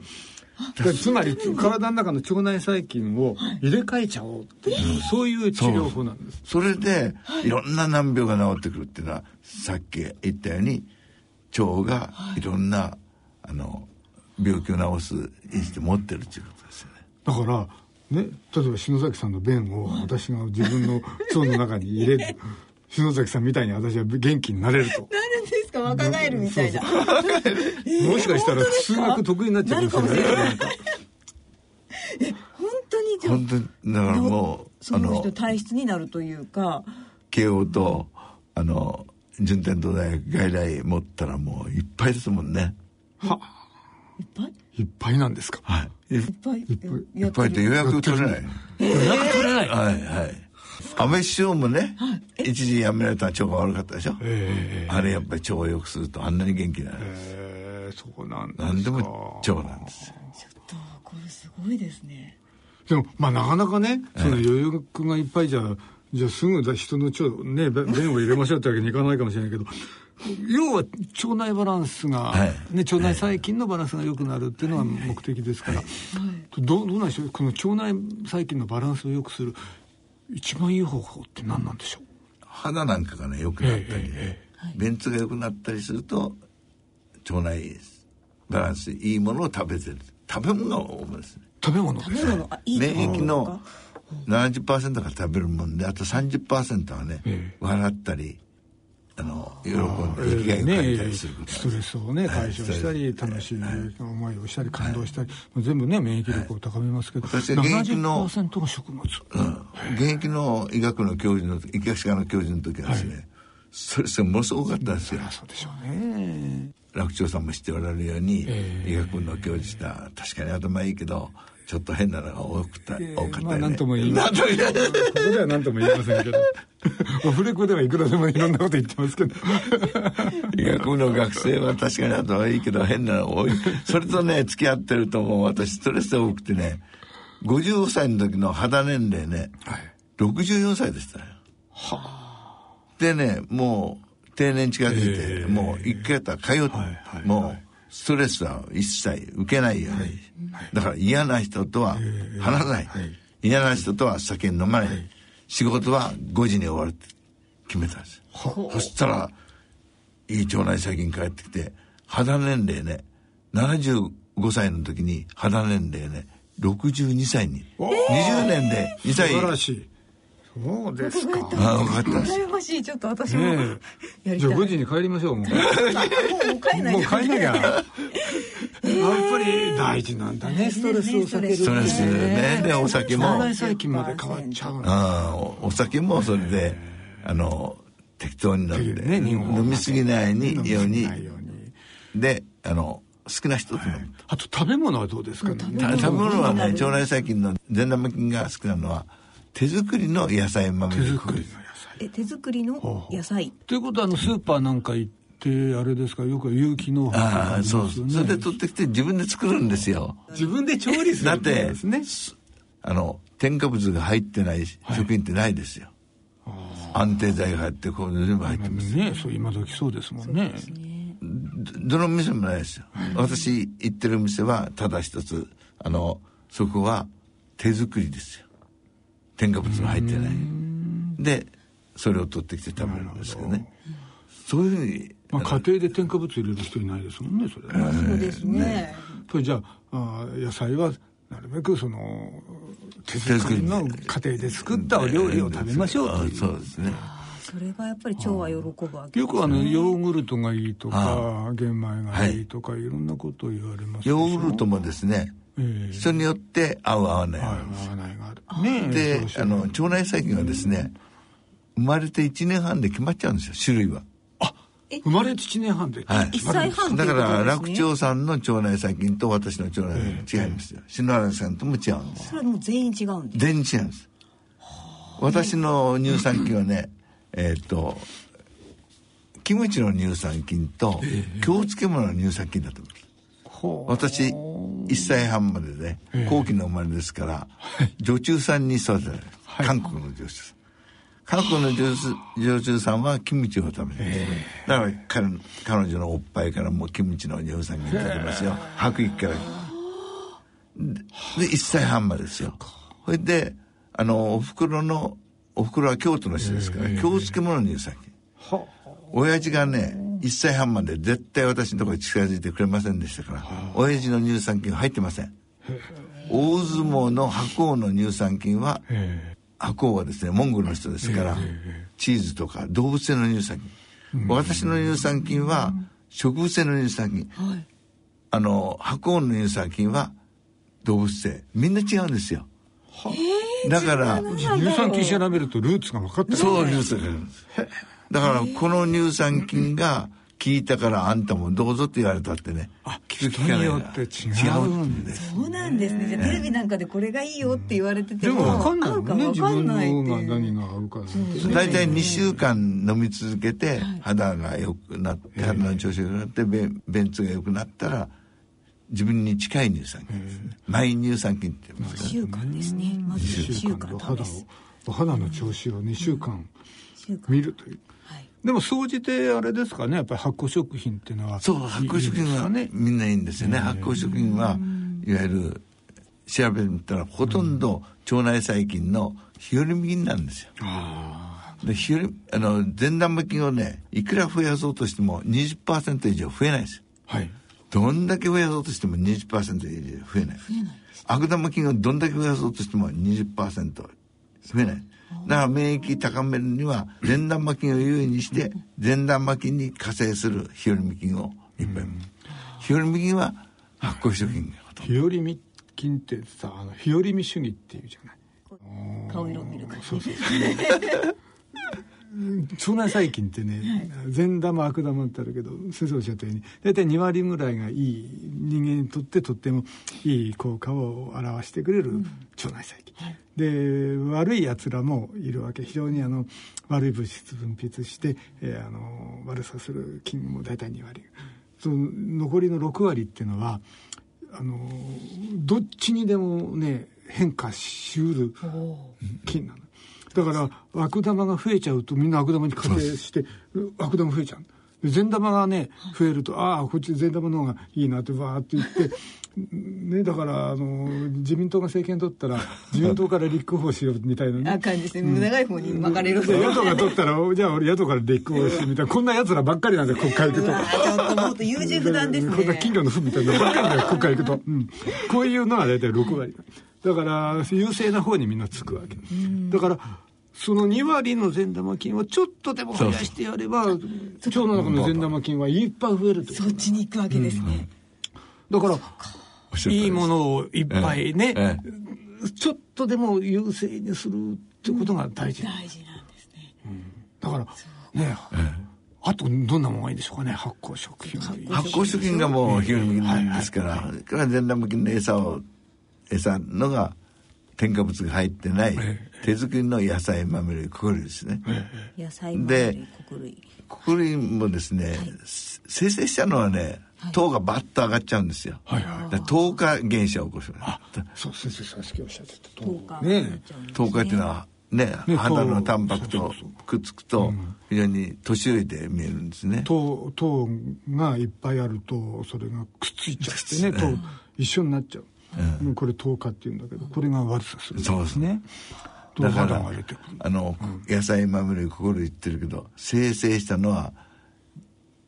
Speaker 2: だからつまり体の中の腸内細菌を入れ替えちゃおうっていうそういう治療法なんです
Speaker 6: それでいろんな難病が治ってくるっていうのはさっき言ったように腸がいろんな、あの病気を治す意識を持ってるっていうことですよね
Speaker 2: だからね例えば篠崎さんの便を私が自分の腸の中に入れ る篠崎さんみたいに私は元気になれると
Speaker 3: なるんですか若返るみたいな。
Speaker 2: もしかしたら数学得意になっちゃうかもしれないなんか
Speaker 3: 本当にじゃあ
Speaker 6: 本当にだからもう
Speaker 3: そ
Speaker 6: あ
Speaker 3: の
Speaker 6: の
Speaker 3: 人体質になるというか。
Speaker 6: 慶応とあの順天堂大学外来持ったらもういっぱいですもんね
Speaker 3: いっぱい
Speaker 2: いっぱいなんですか
Speaker 6: はいい
Speaker 3: いっぱい
Speaker 2: いっぱい
Speaker 6: いっぱいで予約取れない
Speaker 2: 予約取れない
Speaker 6: はいはい安倍首相もね、一時辞められた腸が悪かったでしょ、
Speaker 2: え
Speaker 6: あれやっぱり腸を良くするとあんなに元気になる、
Speaker 2: えーそうなんですか
Speaker 6: 何でも腸なんですよ
Speaker 3: ちょっとこれすごいですね。
Speaker 2: でもまあなかなかねその余力がいっぱいじゃ、じゃあすぐだ人の腸ねべ便を入れましょうってわけにいかないかもしれないけど 要は腸内バランスが、
Speaker 6: はい
Speaker 2: ね、腸内細菌のバランスが良くなるっていうのが目的ですから、どどうなんでしょうこの腸内細菌のバランスを良くする一番いい方法って何なんでしょう
Speaker 6: 肌なんかがね良くなったりね便通が良くなったりすると腸内バランスいいものを食べてる食べ物が多いですね
Speaker 2: 食べ物です
Speaker 3: 食べ物あいいとこ
Speaker 6: 免疫の70%が食べるもんであと30%はね、笑ったりあの喜んで生きがいを感じたりすること
Speaker 2: ストレスをね解消したり、楽しい思いをしたり感動したり、全部ね免疫力を高めますけど、
Speaker 6: 私は現役の
Speaker 2: 70%が食物、
Speaker 6: うん現役の医学の教授の時医学科の教授の時はですね、ストレスがものすごかったんですよ
Speaker 2: そうでしょうね
Speaker 6: 楽長さんも知っておられるように、医学部の教授した確かに頭いいけどちょっと変なのが多くた、多かったよね、
Speaker 2: まあなんとも言いません
Speaker 6: なんとも言えない
Speaker 2: ここでは何とも言いませんけどオフレコではいくらでもいろんなこと言ってますけど
Speaker 6: 医学部の学生は確かに頭はいいけど変なのが多いそれとね付き合ってるともう私ストレスが多くてね55歳の時の肌年齢ね、64歳でしたよでねもう定年近づいて、もう1回やったら通って、
Speaker 2: はい
Speaker 6: もうストレスは一切受けないように、だから嫌な人とは話さない、嫌な人とは酒飲まない、仕事は5時に終わるって決めたんですよそしたらいい腸内細菌帰ってきて肌年齢ね75歳の時に肌年齢ね62歳に、20年で2歳
Speaker 2: 素晴らしいそうですか
Speaker 6: あ分かったです
Speaker 3: 羨ましいちょっと私もや
Speaker 2: ねえ
Speaker 3: り
Speaker 2: じ
Speaker 3: た
Speaker 2: ゃ
Speaker 3: い
Speaker 2: あ5時に帰りましょうもう
Speaker 3: もう帰んない
Speaker 2: もう変えなきゃ。 やっぱり大事なんだね、ストレスを避ける。
Speaker 6: ストレスねでお酒も
Speaker 2: 腸内細菌まで変わっちゃうの。
Speaker 6: あーおお酒もそれであの適当に飲んで、
Speaker 2: ね日本は
Speaker 6: 飲みすぎない
Speaker 2: 飲み
Speaker 6: よう
Speaker 2: すぎ
Speaker 6: に
Speaker 2: ないように。
Speaker 6: であの少な人と飲む
Speaker 2: あと食べ物はどうですかね。
Speaker 6: た食べ物はね腸内細菌の善玉菌が少なのは手作りの野菜豆
Speaker 2: 手作りの野菜。
Speaker 3: え手作りの野菜
Speaker 2: ということは、あの、スーパーなんか行って、あれですか、よく有機農法とか
Speaker 6: あ
Speaker 2: り
Speaker 6: あ
Speaker 2: ます
Speaker 6: そ
Speaker 2: よ
Speaker 6: う
Speaker 2: ね
Speaker 6: それで取ってきて自分で作るんですよ
Speaker 2: 自分で調理する
Speaker 6: だ
Speaker 2: っ
Speaker 6: って
Speaker 2: こと
Speaker 6: て
Speaker 2: ですね。
Speaker 6: あの添加物が入ってない食品ってないですよ、安定剤が入ってこう全部入ってます
Speaker 2: ねそう、今時そうですもんね。
Speaker 6: どの店もないですよ。私行ってる店はただ一つ。あの、そこは手作りですよ。添加物も入ってない。で、それを取ってきて食べるんですけどね。そういうふうに、
Speaker 2: まあ、家庭で添加物入れる人いないですもんね、それ。
Speaker 3: そうですね
Speaker 2: それじゃああー野菜はなるべくその手作りの家庭で作ったお料理を食べましょうと
Speaker 6: あ
Speaker 2: いう。
Speaker 6: そうですね。
Speaker 3: それがやっぱり腸は喜ぶわけ
Speaker 2: よくあのヨーグルトがいいとか
Speaker 6: は
Speaker 2: 玄米がいいとかいろんなことを言われますでしょ
Speaker 6: ヨーグルトもですね、
Speaker 2: ええ
Speaker 6: 人によって合う合わない。
Speaker 2: はい合わないがあるねえ
Speaker 6: で
Speaker 2: そうし、よ
Speaker 6: あ
Speaker 2: う
Speaker 6: の、腸内細菌はですね、生まれて1年半で決まっちゃうんですよ、種類は。
Speaker 2: 生まれて1年半で、
Speaker 6: はい
Speaker 3: 一歳半って
Speaker 6: だ
Speaker 3: いう
Speaker 6: か
Speaker 3: ことですね
Speaker 6: ら楽長さんの腸内細菌と私の腸内細菌違いますよ、篠原さんとも違うんです
Speaker 3: それはもう全員違うんです
Speaker 6: 全然違うんです私の乳酸菌はねえっとキムチの乳酸菌と京漬物の乳酸菌だと思います
Speaker 2: ほう
Speaker 6: 私1歳半までね後期の生まれですから女中さんに育てられる韓国の女中さん韓国の女中女中さんはキムチを食べてだから彼の彼女のおっぱいからもうキムチの乳酸菌食べますよ白衣からで1歳半までですよそれであのおふくろのおふくろは京都の人ですから京漬物の乳酸菌親父がね1歳半まで絶対私のところに近づいてくれませんでしたから親父の乳酸菌は入ってません大相撲の白鵬の乳酸菌は
Speaker 2: え
Speaker 6: 白鵬はですねモンゴルの人ですからチーズとか動物性の乳酸菌私の乳酸菌は植物性の乳酸菌あの白鵬の乳酸菌は動物性みんな違うんですよだから
Speaker 2: え乳酸菌調べるとルーツが分かってう
Speaker 6: そう、乳酸菌。だから、この乳酸菌が効いたからあんたもどうぞって言われたってね。あ、聞く
Speaker 2: 人
Speaker 6: 聞かな
Speaker 2: に
Speaker 6: いが
Speaker 2: よって違うんです
Speaker 3: そうなんですねじゃあテレビなんかでこれがいいよって言われてて
Speaker 2: でも分かんないもんね
Speaker 3: 合う
Speaker 2: 自
Speaker 3: か
Speaker 2: 分
Speaker 3: 分かん
Speaker 2: の
Speaker 3: ないって
Speaker 2: が
Speaker 3: いう
Speaker 2: 何が合うかなんてね
Speaker 6: 大体2週間飲み続けて、肌が良くなって、肌の調子が良くなって、便便通が良くなったら、自分に近い乳酸菌ですね。マイ乳酸菌って言います
Speaker 3: 一週間ですねまず1週間
Speaker 2: お
Speaker 3: 食
Speaker 2: 肌
Speaker 3: べま
Speaker 2: を
Speaker 3: す
Speaker 2: お肌の調子を2週間
Speaker 3: 一週間
Speaker 2: 見るという
Speaker 3: はい
Speaker 2: でも総じてあれですかねやっぱり発酵食品っていうのは
Speaker 6: そう、発酵食品はね、みんないいんですよね。発酵食品は、いわゆる、調べたらほとんど腸内細菌の日和菌なんですよ。で日和あの善玉菌をねいくら増やそうとしても20%以上増えないですよ
Speaker 2: はい
Speaker 6: どんだけ増やそうとしても20%以上増えない悪玉菌をどんだけ増やそうとしても20%増えないだから免疫高めるには善玉菌を優位にして善玉菌に加勢する日和見菌をいっぱい日和見菌は発酵食品がほとんど
Speaker 2: 日和見菌ってさあの日和見主義っていうじゃない
Speaker 3: 顔色を見るから
Speaker 2: そうそうそう腸内細菌ってね善玉悪玉ってあるけど先生おっしゃったように大体2割ぐらいがいい人間にとってとってもいい効果を表してくれる腸内細菌、で悪いやつらもいるわけ非常にあの悪い物質分泌して、えーあの悪さする菌も大体2割その残りの6割っていうのはあのどっちにでもね変化しうる菌なの。だから悪玉が増えちゃうとみんな悪玉に加勢してう悪玉増えちゃうで善玉がね増えるとああこっち善玉の方がいいなってわーって言って。ね、だからあの自民党が政権取ったら自民党から立候補しようみたいな、ね、
Speaker 3: あ感じですね、長い方に巻かれる
Speaker 2: で野党が取ったらおじゃあ俺野党から立候補してみたいなこんなやつらばっかりなんだよ国会行く
Speaker 3: う
Speaker 2: と
Speaker 3: わーちょっともっと優柔不断です
Speaker 2: こんな
Speaker 3: ね
Speaker 2: 金魚の糞みたいなのばっかりだよ国会行くと、うん、こういうのが大体6割だから優勢な方にみんなつくわけだからその2割の善玉菌をちょっとでも増やしてやれば腸の中の善玉菌はいっぱい増えるってこと
Speaker 3: そっちに行くわけですね、
Speaker 2: だから
Speaker 6: おっしゃる通り
Speaker 2: い
Speaker 6: です
Speaker 2: いものをいっぱいね、
Speaker 6: え
Speaker 2: ちょっとでも優勢にするってことが大事だ
Speaker 3: 大事なんですね
Speaker 2: からねあとどんなものがいいでしょうかね発酵食品がいい
Speaker 6: 発酵食品がもう日和見菌ですから、それから善玉菌の餌を餌のが添加物が入ってない手作りの野菜豆類穀類ですね、
Speaker 3: 野菜
Speaker 6: で
Speaker 3: 豆類穀類
Speaker 6: 穀類もですね、生成したのはね糖がバッと上がっちゃうんですよ、
Speaker 2: はいはい
Speaker 6: だから糖化現象を起こします
Speaker 2: そう先生さっきおっしゃってたと
Speaker 3: 効果
Speaker 2: ね
Speaker 3: になっちゃうんです
Speaker 6: 糖化っていうのはね
Speaker 2: ね
Speaker 6: 肌の
Speaker 2: 糖
Speaker 6: タンパクとくっつくと非常に年寄りで見えるんですね
Speaker 2: 糖糖がいっぱいあるとそれがくっついちゃってね
Speaker 6: くっつ
Speaker 2: 糖
Speaker 6: い
Speaker 2: 一緒になっちゃう、うんこれ糖化っていうんだけどこれが悪さする
Speaker 6: そうですね
Speaker 2: と
Speaker 6: だか
Speaker 2: 肌
Speaker 6: ら
Speaker 2: が出てくる
Speaker 6: あの、野菜豆類心言ってるけど生成したのは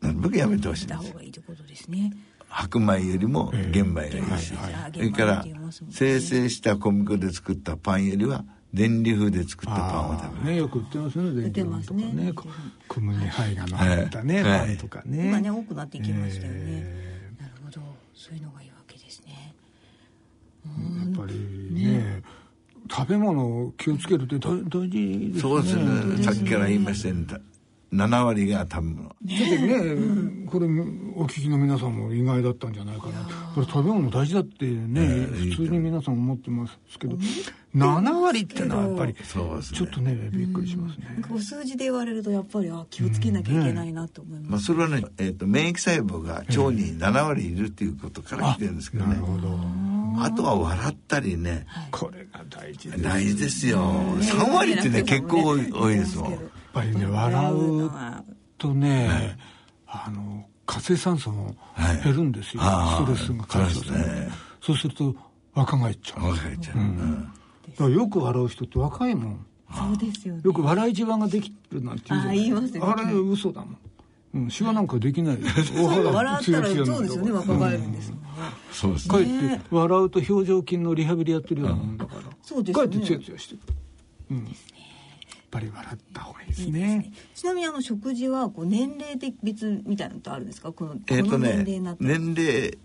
Speaker 6: なるべくやめてほしいん
Speaker 3: た
Speaker 6: で
Speaker 3: 方
Speaker 6: す
Speaker 3: がいいってことですね
Speaker 6: 白米よりも玄米がいいし、
Speaker 3: はい
Speaker 6: それから
Speaker 3: 玄米って言いますもんね
Speaker 6: 生成した小麦粉で作ったパンよりは電流風で作ったパンを
Speaker 2: あ
Speaker 6: 食
Speaker 2: ーねよく売ってますね電気パンとか
Speaker 3: 売ってますね
Speaker 2: ねこ小麦胚がの入ったね、
Speaker 6: はい
Speaker 2: パンとかね,、
Speaker 3: 今ね多くなっていきましたよね、
Speaker 2: え
Speaker 3: なるほどそういうのがいいわけですね
Speaker 2: ーやっぱりね食べ物を気をつけるって大大事で
Speaker 6: べ
Speaker 2: すね
Speaker 6: るそうですねさっきから言いましたように7割が食べ物
Speaker 2: だってね、これお聞きの皆さんも意外だったんじゃないかなこれ食べ物大事だってね、普通に皆さん思ってますけど7割ってのはやっぱり
Speaker 6: そうですね
Speaker 2: ちょっとねびっくりしますね、
Speaker 3: お数字で言われるとやっぱりあ気をつけなきゃいけないなと思い
Speaker 6: ま
Speaker 3: ま
Speaker 6: あ、
Speaker 3: す、
Speaker 6: それはね、えー、と免疫細胞が腸に7割いるっていうことから来てるんですけど
Speaker 2: な
Speaker 6: ね
Speaker 2: るほど
Speaker 6: あとは笑ったりね、
Speaker 2: これが大事ですやっ
Speaker 6: 大事ですよ、3割ってね結構多い多いですもん
Speaker 2: ぱりね笑うとね、あの活性酸素も減るんですよ、
Speaker 6: はい
Speaker 2: ストレスが解消される
Speaker 6: そうですね
Speaker 2: そうすると若返っちゃうだ
Speaker 6: 若返っちゃう、うん
Speaker 2: からよく笑う人って若いもん
Speaker 3: そうですよね
Speaker 2: よく笑いじわができるなんて言うじゃな
Speaker 3: あ言いますよね
Speaker 2: あれ嘘だもん。うん、シワなんかできない。
Speaker 3: そ
Speaker 2: お
Speaker 3: う
Speaker 2: 肌
Speaker 3: 笑ったらそうですよね若返るんですもんね、
Speaker 6: そうです
Speaker 2: かえ
Speaker 6: ね
Speaker 2: って笑うと表情筋のリハビリやってるようなもんだから。
Speaker 3: そうです
Speaker 2: かえ
Speaker 3: よ
Speaker 2: って
Speaker 3: ね
Speaker 2: ツヤツヤしてくる。うん。やっぱり笑った方がいいですね。
Speaker 3: ちなみにあの食事はこう年齢で別みたいなのってあるんですかこの,、
Speaker 6: えっ、
Speaker 3: ことの年齢
Speaker 6: ね
Speaker 3: になったら
Speaker 6: 年齢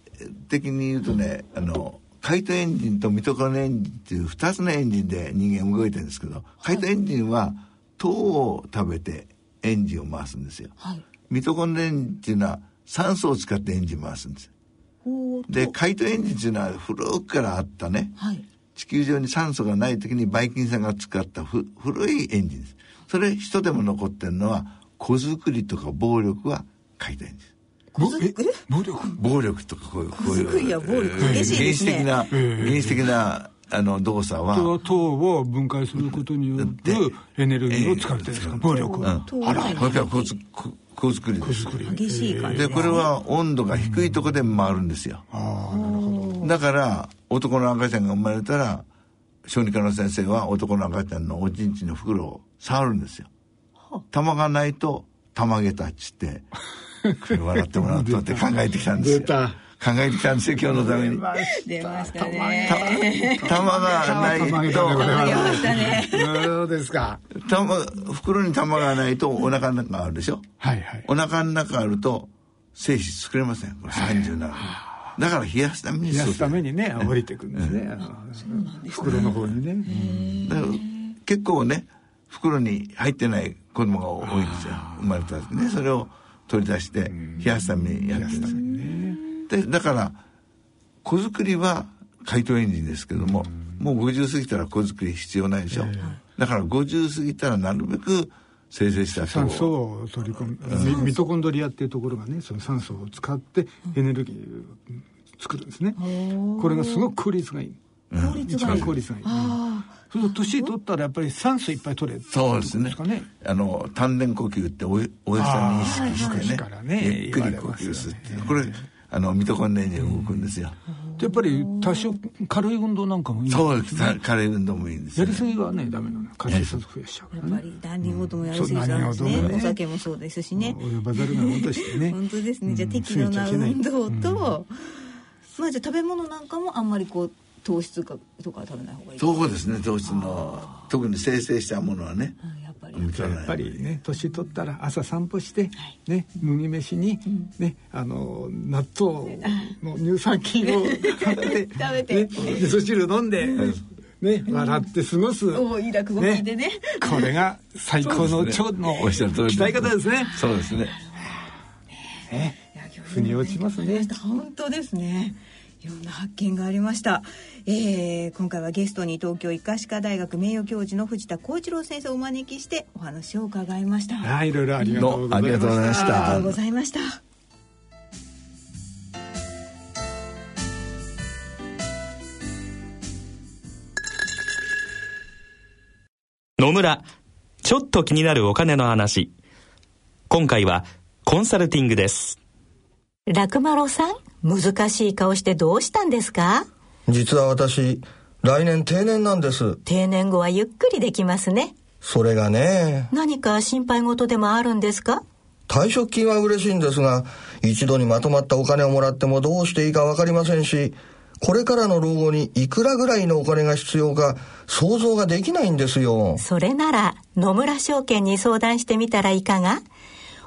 Speaker 6: 的に言うとね、あの回転エンジンとミトコンドリアエンジンっていう2つのエンジンで人間動いてるんですけど回転エンジンは糖を食べてエンジンを回すんですよ、
Speaker 3: はい
Speaker 6: ミトコンドリアエンジンっていうのは酸素を使ってエンジンを回すんです
Speaker 3: ほう
Speaker 6: で回転エンジンっていうのは古くからあったね
Speaker 3: はい
Speaker 6: 地球上に酸素がない時にバイキンさんが使ったふ古いエンジンですそれ人でも残ってるのは子作りとか暴力は回転エンジン
Speaker 2: ごえ能力
Speaker 6: 暴力とかこういうこう
Speaker 3: 作
Speaker 6: い
Speaker 3: り
Speaker 6: う
Speaker 3: や暴力
Speaker 6: えー
Speaker 3: 激しいですね
Speaker 6: 原始的な原始的なあの動作
Speaker 2: 糖は
Speaker 6: は
Speaker 2: 糖を分解することによる
Speaker 6: で
Speaker 2: エネルギーを使ってるんですか。
Speaker 6: えー
Speaker 2: 暴力。
Speaker 6: うん
Speaker 2: あ
Speaker 6: あらこれはこうつこ子作りです
Speaker 3: 激しい感じ
Speaker 6: でこれは温度が低いとこで回るんですよ
Speaker 2: あ、なるほど。
Speaker 6: だから男の赤ちゃんが生まれたら小児科の先生は男の赤ちゃんのおちんちんの袋を触るんですよ玉がないと玉げたっちってこれ笑ってもらうとって考えてきたんですよ
Speaker 2: 出た
Speaker 6: 考えてきたんですよ今日のために
Speaker 3: 出ましたね。
Speaker 6: た玉がない
Speaker 2: 玉が
Speaker 6: と
Speaker 2: な
Speaker 3: 出
Speaker 2: い
Speaker 3: ましたね。
Speaker 2: そうですか。
Speaker 6: 玉袋に玉がないとお腹の中あるでしょ
Speaker 2: はいはい。
Speaker 6: お腹の中あると精子作れませんこれ37だから冷やすために
Speaker 2: 冷や
Speaker 6: そう
Speaker 2: す
Speaker 6: する
Speaker 2: ためにね、降りてくんですね。あの袋の方にね。
Speaker 6: だから結構ね袋に入ってない子供が多いんですよ生まれた時ねそれを取り出して冷やすためにやってるんですでだから子作りは解凍エンジンですけども、もう50過ぎたら子作り必要ないでしょ、だから50過ぎたらなるべく生成した人
Speaker 2: 酸素
Speaker 6: を
Speaker 2: を取り込む、ミミトコンドリアっていうところがね、その酸素を使ってエネルギーを作るんですね。これがすごく効率がいい。一番効率がいい。そうすると年取ったらやっぱり酸素いっぱい取れってこと
Speaker 6: そうですね
Speaker 2: かね。
Speaker 6: あの丹田呼吸っておやおやじさんに意識して
Speaker 2: あー
Speaker 6: ね,、
Speaker 2: はいはい昔からね
Speaker 6: ゆっくり呼吸するっていう、
Speaker 2: 言わ
Speaker 6: これあのミトコンドリア動くんですよ、
Speaker 2: やっぱり多少軽い運動なんかもいいんですね
Speaker 6: そうです軽い運動もいいんです
Speaker 2: や
Speaker 6: よ
Speaker 2: り
Speaker 6: ね
Speaker 2: すぎはねダメなの活性酸素増やしちゃうか
Speaker 3: やっ
Speaker 2: らね
Speaker 3: ぱり何人事もやりすぎちゃうんです
Speaker 2: そう何事も
Speaker 3: ね。
Speaker 2: ね
Speaker 3: お酒もそうですしね。
Speaker 2: 及ばざるが本としてね
Speaker 3: 本当ですね。じゃあ
Speaker 2: うん
Speaker 3: 適度な
Speaker 2: 過ぎちゃいけ
Speaker 3: 運
Speaker 2: ない
Speaker 3: 動と、まあじゃあ食べ物なんかもあんまりこう糖質かとかは食べない方がいい。
Speaker 6: そうですね糖質の特に生成したものはね
Speaker 3: うんやっぱり。
Speaker 6: や
Speaker 2: やっぱりね年取ったら朝散歩して、ね、麦飯に、ね、あの納豆の乳酸菌を買って
Speaker 3: 食べて
Speaker 2: ね、味噌汁飲んで、ね、笑って過ごす、
Speaker 3: おーいい落語聞いてね。
Speaker 2: これが最高の腸の
Speaker 6: おっしゃる通り
Speaker 2: 鍛え方ですね
Speaker 6: そうですね
Speaker 3: いや今日
Speaker 2: 腑に落ちますね
Speaker 3: 本当ですねいろんな発見がありました、えー今回はゲストに東京医科歯科大学名誉教授の藤田浩一郎先生をお招きしてお話を伺いましたあ
Speaker 2: はいいろいろありがとうござい
Speaker 6: どうもありがとうございました
Speaker 3: りがとうございました
Speaker 8: 野村ちょっと気になるお金の話今回はコンサルティングです
Speaker 9: 楽丸さん、難しい顔してどうしたんですか
Speaker 10: 実は私、来年定年なんです。
Speaker 9: 定年後はゆっくりできますね。
Speaker 10: それがね、
Speaker 9: 何か心配事でもあるんですか
Speaker 10: 退職金は嬉しいんですが、一度にまとまったお金をもらってもどうしていいかわかりませんし、これからの老後にいくらぐらいのお金が必要か想像ができないんですよ。
Speaker 9: それなら野村証券に相談してみたらいかが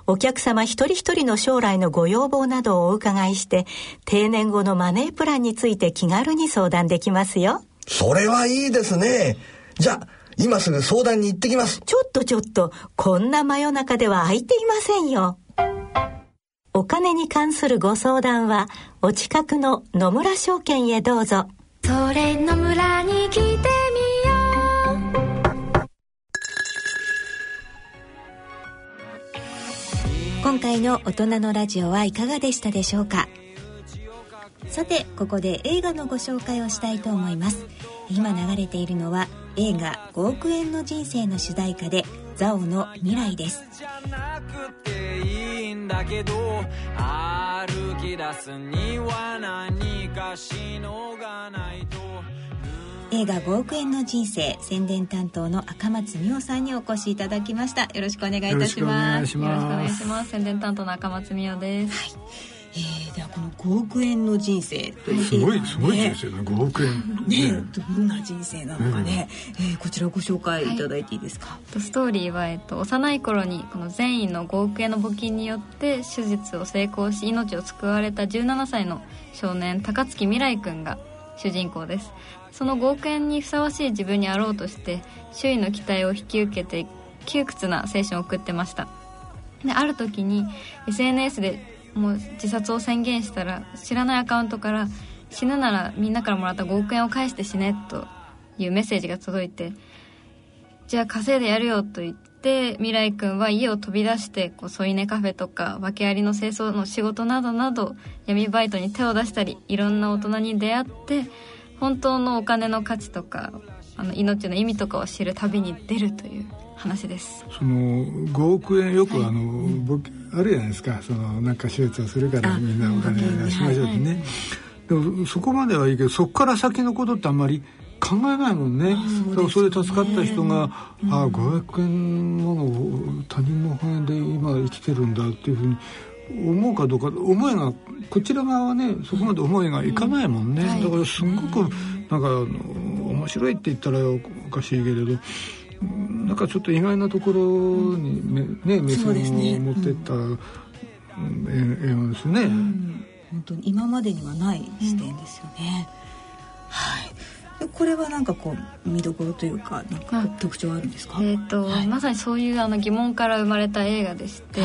Speaker 9: お客様一人一人の将来のご要望などをお伺いして定年後のマネープランについて気軽に相談できますよ。
Speaker 10: それはいいですね。じゃあ、今すぐ相談に行ってきます。
Speaker 9: ちょっとちょっと、こんな真夜中では空いていませんよ。お金に関するご相談は、お近くの野村証券へどうぞ。
Speaker 5: それ野村に来てみよう
Speaker 4: 今回の大人のラジオはいかがでしたでしょうかさてここで映画のご紹介をしたいと思います今流れているのは映画「5億円の人生」の主題歌で「ザオの未来」です
Speaker 11: じゃなくていいんだけど歩き出すには何かしのがないと
Speaker 4: 映画5億円の人生宣伝担当の赤松美穂さんにお越しいただきましたよろしくお願いいたします
Speaker 2: よろしくお願いします
Speaker 12: ます宣伝担当の赤松美代です、
Speaker 3: えーではこの5億円の人生という
Speaker 2: すご
Speaker 3: 映画
Speaker 2: い
Speaker 3: ね
Speaker 2: すごい人生だね5億円
Speaker 3: ねどんな人生なのかね、えーこちらご紹介いただいていいですか、
Speaker 12: とストーリーは、えっと、幼い頃にこの善意の5億円の募金によって手術を成功し命を救われた17歳の少年高槻未来君が主人公ですその5億円にふさわしい自分にあろうとして周囲の期待を引き受けて窮屈な青春を送ってましたである時に SNS でもう自殺を宣言したら知らないアカウントから「死ぬならみんなからもらった5億円を返して死ね」というメッセージが届いてじゃあ稼いでやるよと言って未来君は家を飛び出してこう添い寝カフェとか訳ありの清掃の仕事などなど闇バイトに手を出したりいろんな大人に出会って本当のお金の価値とかあの命の意味とかを知る旅に出るという話です
Speaker 2: その5億円よくあの、僕あるじゃないですかそのなんか手術をするからみんなお金出しましょうってね、でもそこまではいいけどそこから先のことってあんまり考えないもんねだからそれで助かった人が、ああ5億円もの他人のお金で今生きてるんだっていうふうに思うかどうか思いがこちら側はねそこまで思いがいかないもんね、だからすごくなんかあの面白いって言ったらおかしいけれどなんかちょっと意外なところに目,、ね、目線を持ってった映画ですよね。
Speaker 3: 本当に今までにはない視点ですよね、はいでこれはなんかこう見どころというかなんか特徴あるんですか、
Speaker 12: えーとまさにそういうあの疑問から生まれた映画でして、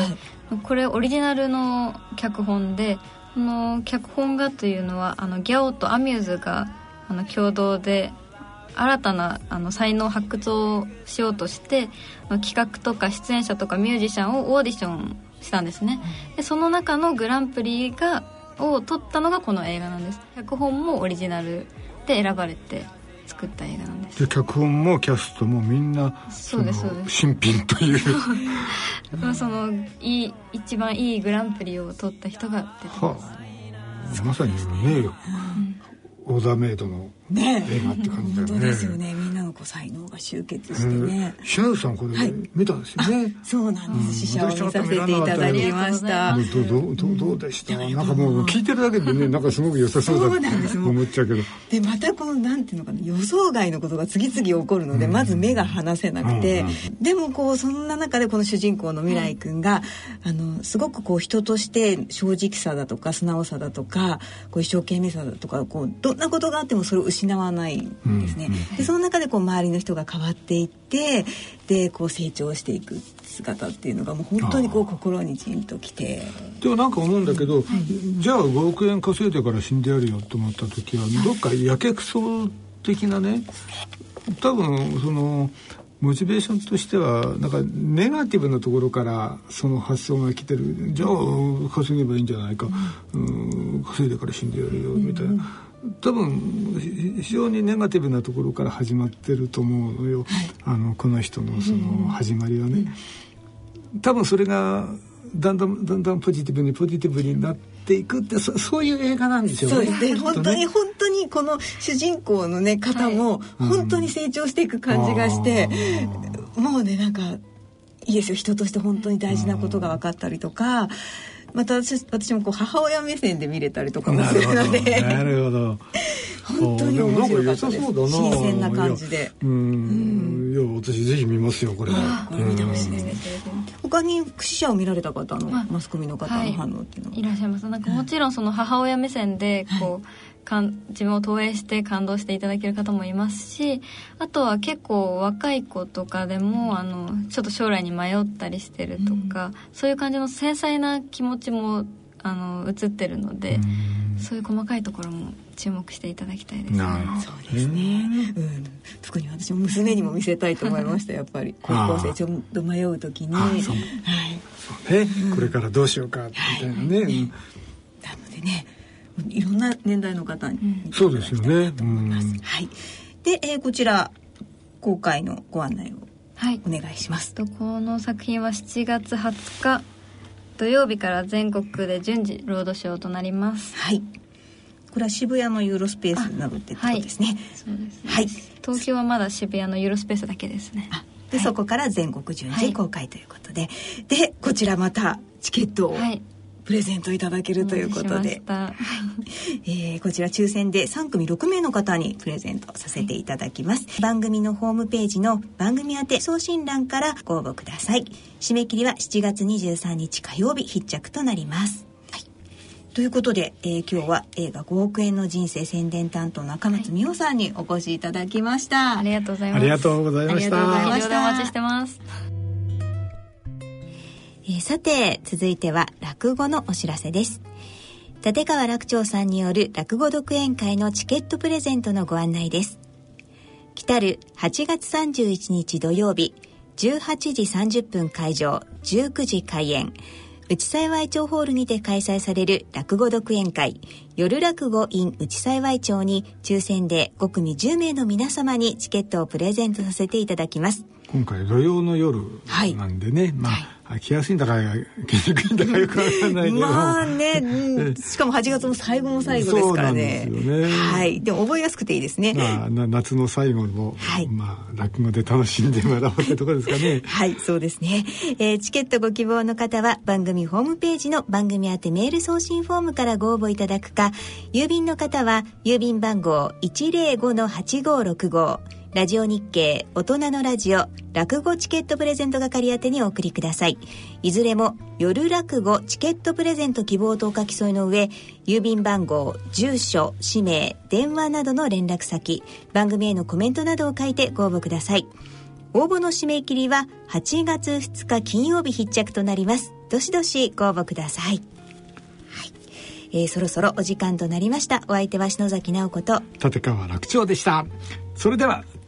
Speaker 12: これオリジナルの脚本でこの脚本画というのはあのギャオとアミューズがあの共同で新たなあの才能発掘をしようとして企画とか出演者とかミュージシャンをオーディションしたんですね、でその中のグランプリがを取ったのがこの映画なんです脚本もオリジナルで選ばれて作った映画なんです
Speaker 2: で脚本もキャストもみんな
Speaker 12: そうですそうです
Speaker 2: 新品という 、
Speaker 12: そのいい一番いいグランプリを取った人が出てます、
Speaker 2: はあ、まさにね、うん、オーダーメイドの
Speaker 3: ね
Speaker 2: 映画って感じだよね
Speaker 3: ですよねみんなのこう才能が集結してね、
Speaker 2: えー、シャウさんこれ、はい、見たんですよね
Speaker 3: そうなんです、試写を見させていただきました
Speaker 2: どどどどうでしたなんかもう聞いてるだけ でねなんかすごく良さそうだって思っちゃうけど
Speaker 3: でまたこのなんていうのかな予想外のことが次々起こるので、まず目が離せなくて、でもこうそんな中でこの主人公の未来君が、あのすごくこう人として正直さだとか素直さだとかこう一生懸命さだとかこうどんなことがあってもそれを失わないんですね、でその中でこう周りの人が変わっていってでこう成長していく姿っていうのがもう本当にこう心にじんときて
Speaker 2: でもなんか思うんだけど、はい、じゃあ5億円稼いでから死んでやるよと思った時はどっかやけくそ的なね多分そのモチベーションとしてはなんかネガティブなところからその発想が来てるじゃあ稼げばいいんじゃないか、うん、稼いでから死んでやるよみたいな。うんうん多分非常にネガティブなところから始まってると思うのよ、はい、あのこの人のその始まりはね、多分それがだんだんだんだんポジティブにポジティブになっていくってそそういう映画なんですよ
Speaker 3: ね。そうですね本当に本当にこの主人公のね方も本当に成長していく感じがして、うん、もうねなんかいいですよ人として本当に大事なことが分かったりとか。また私もこう母親目線で見れたりとかもす るので
Speaker 2: なるほど
Speaker 3: 本当に面白かったです新鮮な感じで
Speaker 2: うんいや私ぜひ見ますよこれ
Speaker 3: これ見てほしいですね他に死者を見られた方の、まあ、マスコミの方の反応っていうのは、はい
Speaker 12: いらっしゃいますなんかもちろんその母親目線でこう、かん自分を投影して感動していただける方もいますしあとは結構若い子とかでもあのちょっと将来に迷ったりしてるとか、うん、そういう感じの繊細な気持ちもあの映ってるので、うん、そういう細かいところも注目していただきたいですね。
Speaker 3: そうですね、うん、特に私も娘にも見せたいと思いま したやっぱり高校生ちょっと迷う時に、はい
Speaker 2: ね、これからどうしようかみたいなね。はい、ね
Speaker 3: なのでねいろんな年代の方に、うん、
Speaker 2: そうですよね。うん、
Speaker 3: はい。で、えー、こちら公開のご案内をお願いします。
Speaker 12: はい、とこの作品は7月20日土曜日から全国で順次ロードショーとなります。
Speaker 3: はい。これは渋谷のユーロスペースなどってことですね。はい、
Speaker 12: そうですね。はい。東京はまだ渋谷のユーロスペースだけですね。、
Speaker 3: で、はい、そこから全国順次公開ということで、でこちらまたチケットを。はいプレゼントいただけるということで、はい、えー、こちら抽選で3組6名の方にプレゼントさせていただきます、はい、番組のホームページの番組宛て送信欄からご応募ください締め切りは7月23日火曜日必着となりますということで、えー、今日は映画5億円の人生宣伝担当中松美穂さんにお越しいただきました、はい
Speaker 12: ありがとうございます
Speaker 2: ありがとうございました
Speaker 12: 非常でお待ちしてます
Speaker 4: えさて、続いては落語のお知らせです。立川楽長さんによる落語独演会のチケットプレゼントのご案内です。来る8月31日土曜日、18時30分会場、19時開演、内幸町ホールにて開催される落語独演会、夜落語 in 内幸町に抽選で5組10名の皆様にチケットをプレゼントさせていただきます。
Speaker 2: 今回土曜の夜なんでね、はい、まあ、はい着やすいんだから着にくいんだかよくわかんないけど
Speaker 4: まあね、うん、しかも8月も最後も最後ですからね
Speaker 2: そうなんですよね
Speaker 4: はいでも覚えやすくていいですね
Speaker 2: まあ、な夏の最後も、
Speaker 4: はい
Speaker 2: まあ、落語で楽しんでもらおうってところですかね
Speaker 4: はいそうですね、えーチケットご希望の方は番組ホームページの番組宛てメール送信フォームからご応募いただくか郵便の方は郵便番号105-8565ラジオ日経大人のラジオ落語チケットプレゼント係宛てにお送りくださいいずれも夜落語チケットプレゼント希望とお書き添えの上郵便番号住所氏名電話などの連絡先番組へのコメントなどを書いてご応募ください応募の締め切りは8月2日金曜日必着となりますどしどしご応募ください、はいえーそろそろお時間となりましたお相手は篠崎直子と
Speaker 2: 立川楽長でしたそれでは